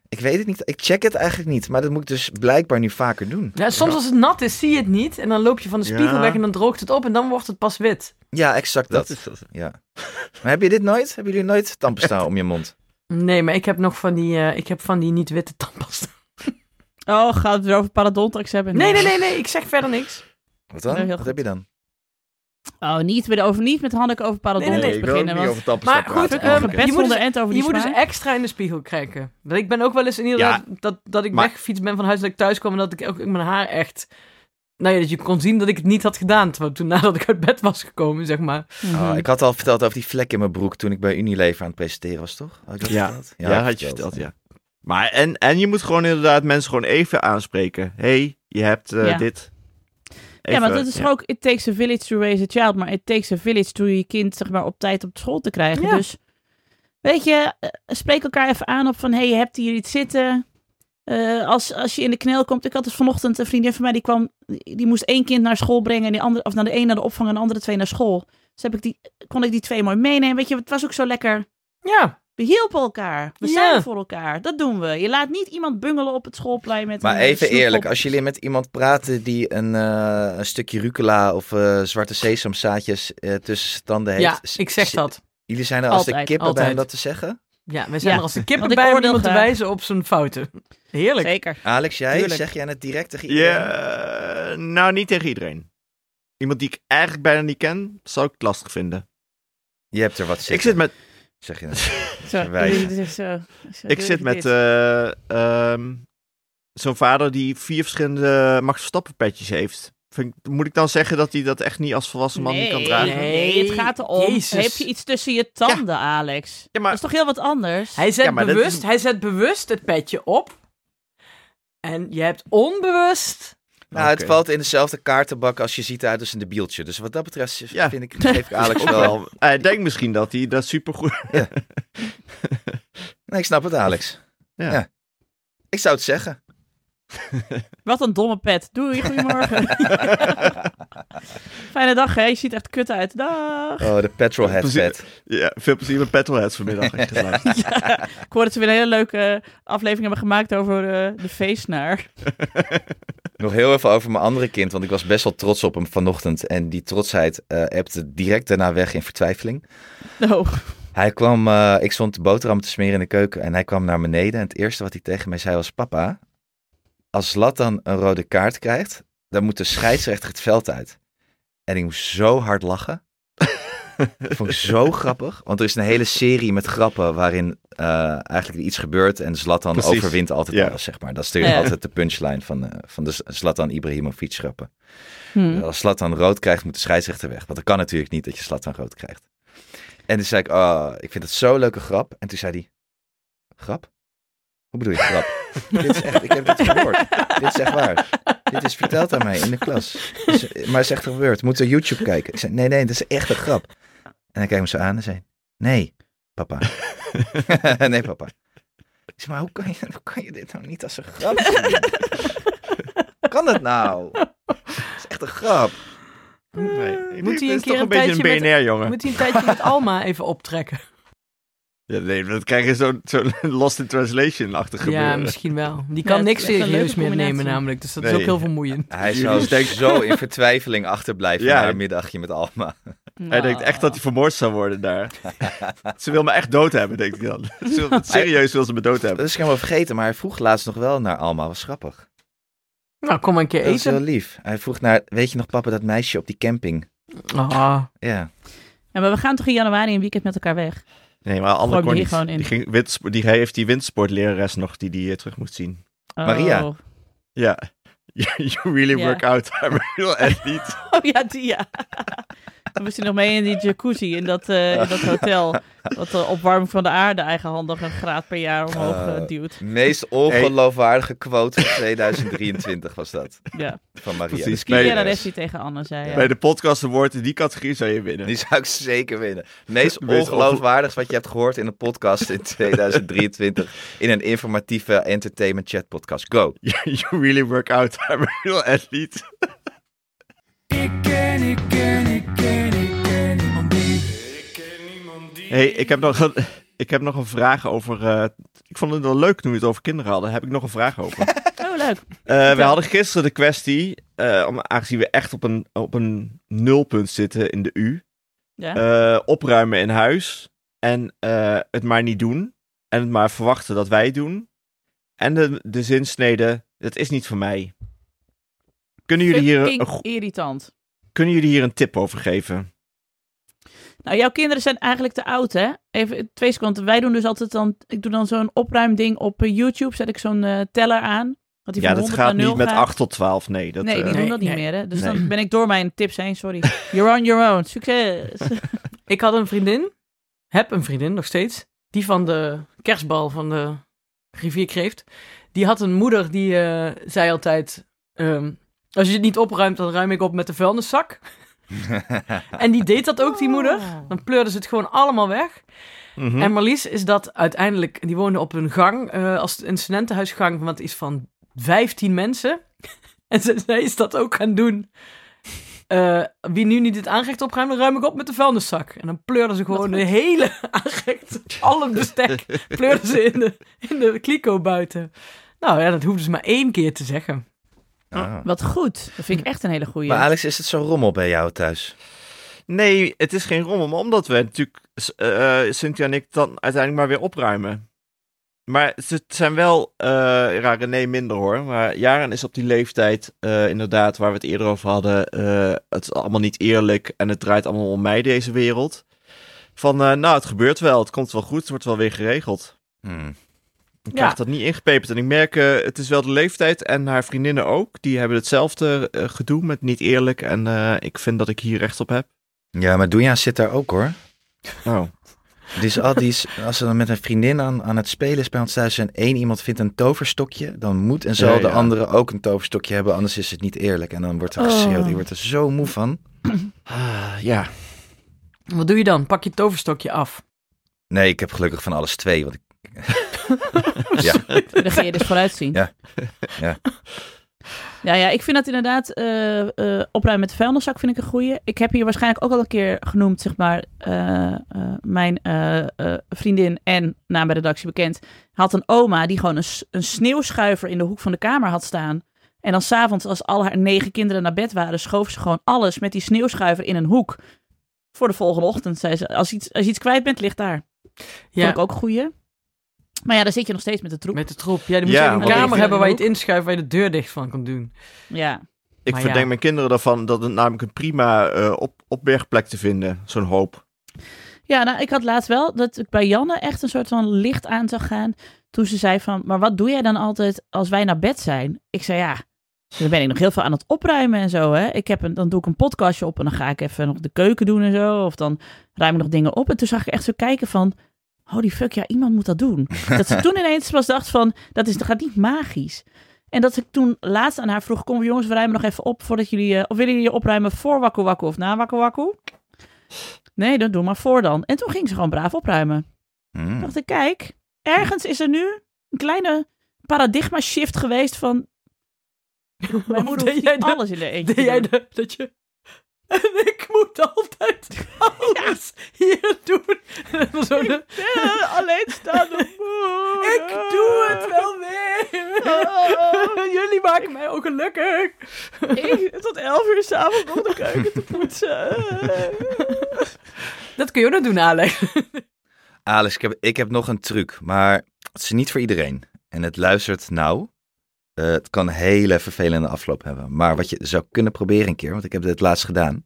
Ik weet het niet. Ik check het eigenlijk niet. Maar dat moet ik dus blijkbaar nu vaker doen. Ja, soms als het nat is, zie je het niet. En dan loop je van de spiegel Ja. weg en dan droogt het op en dan wordt het pas wit. Ja, exact (laughs) dat. Ja. Maar heb je dit nooit? Hebben jullie nooit tandpasta om je mond? Nee, maar ik heb nog van die, eh, ik heb van die niet-witte tandpasta. Oh, gaat het weer over paradontax hebben? Nee, nee, nee, nee, ik zeg verder (laughs) niks. Wat Nee, dan? heel Wat goed. heb je dan? Oh, niet met, over, niet met Hanneke over paradontax Oh, Nee, nee, nee. beginnen. Want Maar goed, een ehm, gebed je moet zonder dus, end over je die moet dus smaak. extra in de spiegel kijken. Want Ik ben ook wel eens inderdaad dat, dat ik maar- weggefietst ben van huis, dat ik thuis kwam en dat ik ook mijn haar echt... Nou ja, dat je kon zien dat ik het niet had gedaan terwijl toen nadat ik uit bed was gekomen, zeg maar. Mhm. Oh, ik had al verteld over die vlek in mijn broek toen ik bij Unilever aan het presenteren was, toch? Had ik dat Ja. verteld? Ja, ik had je verteld, ja. Maar en, en je moet gewoon inderdaad mensen gewoon even aanspreken. Hé, hey, je hebt eh, Ja. dit. ja, want Even, het is ja. ook, it takes a village to raise a child, maar it takes a village to je kind zeg maar, op tijd op school te krijgen. Ja. Dus weet je, eh, spreek elkaar even aan op van, hey, je hebt hier iets zitten. Eh, als, als je in de knel komt, ik had dus vanochtend een vriendin van mij, die kwam, die moest één kind naar school brengen en die andere, of naar de een naar de opvang en de andere twee naar school. Dus heb ik die, kon ik die twee mooi meenemen. Weet je, het was ook zo lekker. Ja, We hielpen elkaar. We Ja. zijn er voor elkaar. Dat doen we. Je laat niet iemand bungelen op het schoolplein met Maar een, eh, even snoep eerlijk, op. als jullie met iemand praten die een, eh, een stukje rucola of eh, zwarte sesamzaadjes eh tussen zijn tanden heeft... ja s- ik zeg s- dat. Jullie zijn er als de Altijd, kippen bij om altijd. dat te zeggen? Ja, wij zijn Ja. er als de Want kippen ik bij om oordeel iemand te graag. wijzen op zijn fouten. Heerlijk. Zeker. Alex, jij? Tuurlijk. Zeg jij het direct tegen Ja, eh, nou, niet tegen iedereen. Iemand die ik eigenlijk bijna niet ken, zou ik het lastig vinden. Je hebt er wat zitten, Ik zit met, zeg je net. (laughs) Zo, Wij. dit is zo- zo ik doe zit ik met dit. eh, ehm, zo'n vader die vier verschillende Max Verstappen petjes heeft. Vind, ik- moet ik dan zeggen dat hij dat echt niet als volwassen man niet kan dragen? Nee, Nee, het gaat erom. Jezus. Heb je iets tussen je tanden, Alex? Ja, maar- Dat is toch heel wat anders? Hij zet, Ja, maar dat bewust, is- hij zet bewust het petje op. En je hebt onbewust. Nou, het Oké. valt in dezelfde kaartenbak als je ziet uit als een debieltje. Dus wat dat betreft Ja. vind ik, geef (laughs) ik Alex Ook wel... wel. Hij denkt misschien dat hij dat supergoed... (laughs) Nee, ik snap het, Alex. Ja. ja. Ik zou het zeggen. Wat een domme pet. Doei, (laughs) goedemorgen. Fijne dag, hè? Je ziet echt kut uit. Dag. Oh, de (laughs) petrolhead Plezier. vet. Ja, veel plezier met Petrolheads vanmiddag. als je (laughs) het luistert. Ik hoor dat ze weer een hele leuke aflevering hebben gemaakt over eh, de feestnaar. (laughs) Nog heel even over mijn andere kind, want ik was best wel trots op hem vanochtend. En die trotsheid eh appte direct daarna weg in vertwijfeling. Nou, Hij kwam, eh, ik stond de boterham te smeren in de keuken en hij kwam naar beneden. En het eerste wat hij tegen mij zei was, papa, als Zlatan een rode kaart krijgt, dan moet de scheidsrechter het veld uit. En ik moest zo hard lachen. Dat vond ik (laughs) zo grappig, want er is een hele serie met grappen waarin eh, eigenlijk iets gebeurt en Zlatan Precies. overwint altijd Ja. alles, zeg maar. Dat is natuurlijk Ja. altijd de punchline van, eh, van de Z- Zlatan Ibrahimovic grappen. hm. Dus Als Slatan rood krijgt, moet de scheidsrechter weg. Want dat kan natuurlijk niet dat je Slatan rood krijgt. En toen zei ik, ah, ik vind het zo'n leuke grap. En toen zei hij, grap? Hoe bedoel je grap? dit is echt, ik heb dit gehoord. dit is echt waar. Dit is verteld aan mij in de klas. Dus, eh, maar het is echt gebeurd. Moeten we YouTube kijken? Ik zei, nee, nee, dat is echt een grap. En hij kijkt me zo aan en zei, nee, papa. (laughs) nee, papa. Ik zei, maar hoe kan, je, hoe kan je dit nou niet als een grap (laughs) zien? kan dat nou? Het is echt een grap. Nee, ik Moet denk, hij dat een is keer toch een een beetje een tijdje met- BNR-jongen. Moet hij een tijdje met Alma even optrekken? Ja, nee, dat krijg je zo'n zo'n (laughs) Lost in Translation-achtig Ja, gebeuren. misschien wel. Die Ja, kan het niks is echt een serieus leuke meer nemen, combinatie. namelijk. Dus dat is Nee. ook heel vermoeiend. (laughs) Hij Jullie zou is (laughs) denk- zo in vertwijfeling achterblijven Ja. na een middagje met Alma. Hij denkt echt dat hij vermoord zou worden (laughs) daar. ze wil me echt dood hebben, denkt hij dan. Ze wil- Serieus wil ze me dood Dat hebben. is ik helemaal vergeten, maar hij vroeg laatst nog wel naar Alma. was grappig. Nou, kom maar een keer Dat is heel eten. lief. Hij vroeg naar, weet je nog papa, dat meisje op die camping? Ah, Ja. Ja, maar we gaan toch in januari een weekend met elkaar weg? Nee, maar Anne Gooi kon me hier niet. gewoon in. Die, ging wintersport- die heeft die wintersportlerares nog die die eh, terug moet zien. Oh. Maria. Oh Ja. (laughs) You, you really Ja. work out, (laughs) maar heel echt (laughs) (laughs) niet. Oh ja, die ja. We moesten nog mee in die jacuzzi in dat, eh, in (laughs) dat hotel. Wat de opwarming van de aarde eigenhandig een graad per jaar omhoog eh, Oh. duwt. Meest ongeloofwaardige quote van (laughs) 2023 was dat. Ja. Van Maria. Dus Precies. (laughs) Nee, eh, Nee, ja, ja, dat dat is- is die tegen Anne zei. eh, Ja. Bij de podcast award in die categorie zou je (laughs) winnen. die zou ik zeker winnen. Meest Meest ongeloofwaardig wat je hebt gehoord in een podcast (laughs) in 2023. In een informatieve entertainment chat podcast. Go. (laughs) You really work out, (laughs) maar heel echt niet. Ik ken, ik ken, ik ken, ik ken iemand die. Hey, ik, heb nog een, (laughs) ik heb nog een vraag over... eh, ik vond het wel leuk toen we het over kinderen hadden. Heb ik nog een vraag over. Oh, leuk. Eh, we hadden gisteren de kwestie, eh, om, aangezien we echt op een, op een nulpunt zitten in de U. Ja. eh, opruimen in huis en eh, het maar niet doen. En het maar verwachten dat wij het doen. En de, de zinsnede, dat is niet van mij. Kunnen jullie, hier een, Fucking go- irritant. kunnen jullie hier een tip over geven? Nou, jouw kinderen zijn eigenlijk te oud, hè? Even twee seconden. Wij doen dus altijd dan... Ik doe dan zo'n opruimding op eh, YouTube. Zet ik zo'n eh, teller aan. Dat die ja, van dat 100 naar gaat 0 niet met gaat. 8 tot 12, nee. Dat, nee, die eh, doen Nee, dat niet nee. meer, hè? Dus Nee. dan ben ik door mijn tips heen, (laughs) sorry. You're on your own. Succes. Ik had een vriendin, heb een vriendin nog steeds, die van de kerstbal van de rivierkreeft. Die had een moeder die eh, zei altijd, ehm, als je het niet opruimt, dan ruim ik op met de vuilniszak. en die deed dat ook, die moeder. Dan pleurde ze het gewoon allemaal weg. mhm. En Marlies is dat uiteindelijk, die woonde op een gang, eh, als een studentenhuisgang, want het is van 15 mensen. (laughs) en ze, zij is dat ook gaan doen. Eh, wie nu niet het aanrecht opruimt, dan ruim ik op met de vuilniszak. En dan pleurden ze gewoon de hele (laughs) aanrecht, alle bestek, (laughs) pleurden ze in de, in de kliko buiten. Nou ja, dat hoefde ze maar één keer te zeggen. Ah. Wat goed. Dat vind ik echt een hele goeie. Maar Alex, is het zo'n rommel bij jou thuis? Nee, het is geen rommel, maar omdat we natuurlijk s- eh, eh, Cynthia en ik dan uiteindelijk maar weer opruimen. Maar het zijn wel, eh ja, René minder hoor, maar Jaren is op die leeftijd eh, inderdaad waar we het eerder over hadden. eh, het is allemaal niet eerlijk en het draait allemaal om mij deze wereld. Van, eh, nou het gebeurt wel, het komt wel goed, het wordt wel weer geregeld. Hmm. Ik Ja. krijg dat niet ingepeperd en ik merk, eh, het is wel de leeftijd en haar vriendinnen ook. Die hebben hetzelfde eh, gedoe met niet eerlijk en eh, ik vind dat ik hier recht op heb. Ja, maar Doenja zit daar ook hoor. Oh. Dus al die (laughs) is, als ze dan met een vriendin aan, aan het spelen is bij ons thuis en één iemand vindt een toverstokje, dan moet en zal Ja, de ja. andere ook een toverstokje hebben, anders is het niet eerlijk. En dan wordt er Oh. geschreeuwd, die wordt er zo moe van. Ah, ja. Wat doe je dan? Pak je toverstokje af. Nee, ik heb gelukkig van alles twee, want ik... ja, Dan ga je dus vooruitzien. Ja. Ja. Ja, ja, ik vind dat inderdaad eh, eh, opruimen met de vuilniszak vind ik een goeie. Ik heb hier waarschijnlijk ook al een keer genoemd, zeg maar, eh, eh, mijn eh, eh, vriendin en naam bij de redactie bekend, had een oma die gewoon een, s- een sneeuwschuiver in de hoek van de kamer had staan. En dan s'avonds, als al haar negen kinderen naar bed waren, schoof ze gewoon alles met die sneeuwschuiver in een hoek. Voor de volgende ochtend, zei ze, als je iets, als je iets kwijt bent, ligt daar. Ja. Ja, Vond ik ook een goeie. Maar ja, dan zit je nog steeds met de troep. met de troep. Ja, dan moet Ja, je een want- kamer hebben waar je Ook. het inschuift, waar je de deur dicht van kan doen. Ja. Ik Maar verdenk ja. mijn kinderen ervan dat het namelijk een prima eh, op, opbergplek te vinden, zo'n hoop. Ja, nou, ik had laatst wel dat ik bij Janne echt een soort van licht aan zag gaan. Toen ze zei van, maar wat doe jij dan altijd als wij naar bed zijn? Ik zei, ja, dan ben ik nog heel veel aan het opruimen en zo. Hè. Ik heb een, dan doe ik een podcastje op en dan ga ik even nog de keuken doen en zo. Of dan ruim ik nog dingen op. En toen zag ik echt zo kijken van, holy fuck, ja, iemand moet dat doen. Dat ze toen ineens pas dacht van, dat, is, dat gaat niet magisch. En dat ik toen laatst aan haar vroeg, kom jongens, we ruimen nog even op voordat jullie... eh, of willen jullie opruimen voor Wakku Wakku of na Wakku Wakku? Nee, dan doe maar voor dan. En toen ging ze gewoon braaf opruimen. Toen Hmm. dacht ik, kijk, ergens is er nu een kleine paradigma shift geweest van... Mijn moeder deed hoeft jij niet dat? alles in de eentje Deed jij de- dat je... En ik moet altijd alles hier doen. En dan zo de- Eh, alleen staan (laughs) ik doe het wel weer. (laughs) Jullie maken mij ook gelukkig. (laughs) Ik Ah. tot elf uur s'avonds om de keuken te (laughs) poetsen. Dat kun je ook nog doen, (laughs) Alex. Alex, ik heb, ik heb nog een truc, maar het is niet voor iedereen. En het luistert nou. Eh, het kan een hele vervelende afloop hebben. Maar wat je zou kunnen proberen een keer, want ik heb dit laatst gedaan,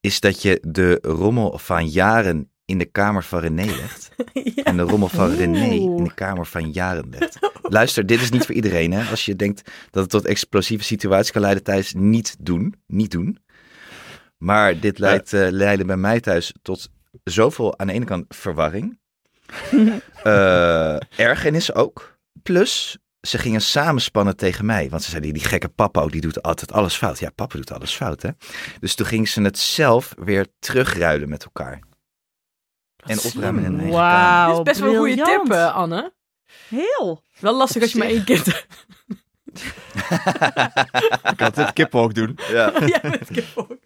is dat je de rommel van jaren in de kamer van René legt. (laughs) En de rommel van René in de kamer van jaren legt. Luister, dit is niet voor iedereen. Hè? Als je denkt dat het tot explosieve situaties kan leiden thuis, niet doen. Niet doen. Maar dit leidt, eh, leidde bij mij thuis tot zoveel aan de ene kant verwarring. eh, ergernis ook. Plus, ze gingen samenspannen tegen mij. Want ze zeiden, die gekke papa, die doet altijd alles fout. Ja, papa doet alles fout, hè. Dus toen gingen ze het zelf weer terugruilen met elkaar. En opruimen in hun eigen kamer. Wauw, Dit is best wel een goede briljant. tip, eh, Anne. Heel. Wel lastig als je maar één kind (laughs) hebt. (laughs) Ik had dit kippen ook doen. Ja. Jij bent kip ook.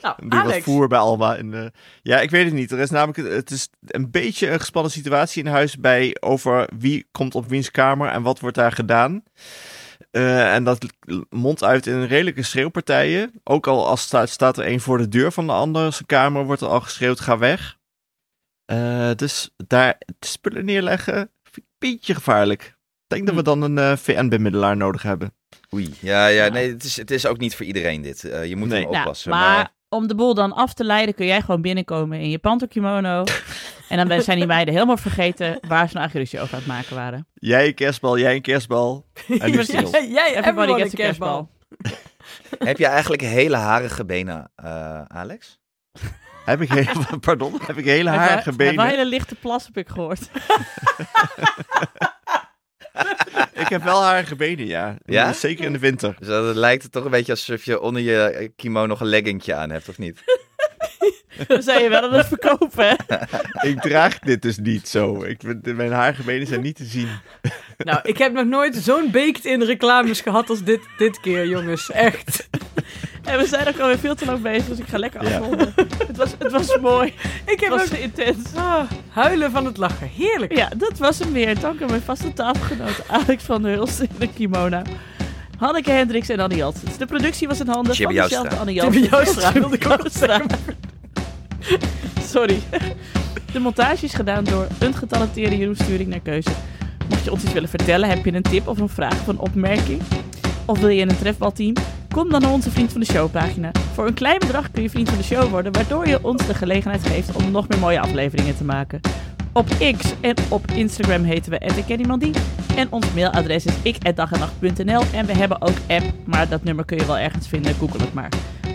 Nou, Doe wat Alex. voer bij Alma. En, eh, ja, ik weet het niet. Er is namelijk, het is een beetje een gespannen situatie in huis bij over wie komt op wiens kamer en wat wordt daar gedaan. Eh, en dat mondt uit in redelijke schreeuwpartijen. Ook al als staat, staat er één voor de deur van de andere zijn kamer, wordt er al geschreeuwd, ga weg. Eh, dus daar spullen neerleggen vind ik een beetje gevaarlijk. Ik denk dat we dan een eh, VN-bemiddelaar nodig hebben. Oei. Ja, ja, nee, het is, het is ook niet voor iedereen dit. Eh, je moet Nee. hem Nou, oppassen. maar, maar... om de boel dan af te leiden kun jij gewoon binnenkomen in je (laughs) pantonkimono. en dan ben- zijn die meiden helemaal vergeten waar ze nou eigenlijk ruzie over aan het maken waren. Jij een kerstbal, jij een kerstbal. En (laughs) nu stil. Jij, jij Everybody everyone gets een a kerstbal. Heb je eigenlijk hele harige benen, eh, Alex? Heb ik hele, (laughs) pardon, heb ik hele Met wel- harige met wel benen. hele lichte plas heb ik gehoord. (laughs) Ik heb wel harige benen, ja. Ja? Zeker in de winter. Dus dat lijkt het toch een beetje alsof je onder je eh, kimono nog een leggingje aan hebt, of niet? Dan zei je wel dat het verkopen, hè? Ik draag dit dus niet zo. Ik, vind- mijn harige benen zijn niet te zien. Nou, ik heb nog nooit zo'n baked-in reclames gehad als dit, dit keer, jongens. Echt. En we zijn ook alweer veel te lang bezig, dus ik ga lekker Ja. afronden. Het, was, het was mooi. (laughs) Ik Het heb was ook intens. ah, huilen van het lachen. Heerlijk. Ja, dat was hem weer. Dank aan mijn vaste tafelgenoot Alex van der Hulst in de kimono. Hanneke Hendricks en Annie Janssens. De productie was in handen van Jibbe Joustra. dezelfde Annie Tim Janssens. (laughs) Joustra wilde ik ook Joustra. Sorry. De montage is gedaan door een getalenteerde Jeroen Sturing naar keuze. Mocht je ons iets willen vertellen, heb je een tip of een vraag of een opmerking? Of wil je in een trefbalteam? Kom dan naar onze Vriend van de Show pagina. Voor een klein bedrag kun je Vriend van de Show worden, waardoor je ons de gelegenheid geeft om nog meer mooie afleveringen te maken. Op X en op Instagram heten we @ikkenniemandie. En ons mailadres is ik@dagennacht.nl en we hebben ook app, maar dat nummer kun je wel ergens vinden. Google het maar.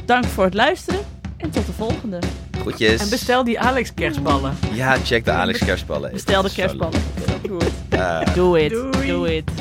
Dank voor het luisteren en tot de volgende. Goedjes. En bestel die Alex kerstballen. Ja, check de Alex kerstballen. Bestel de Zo leuk. Eh, kerstballen. Doe het. Ja. Doe het. Doei. Doe het.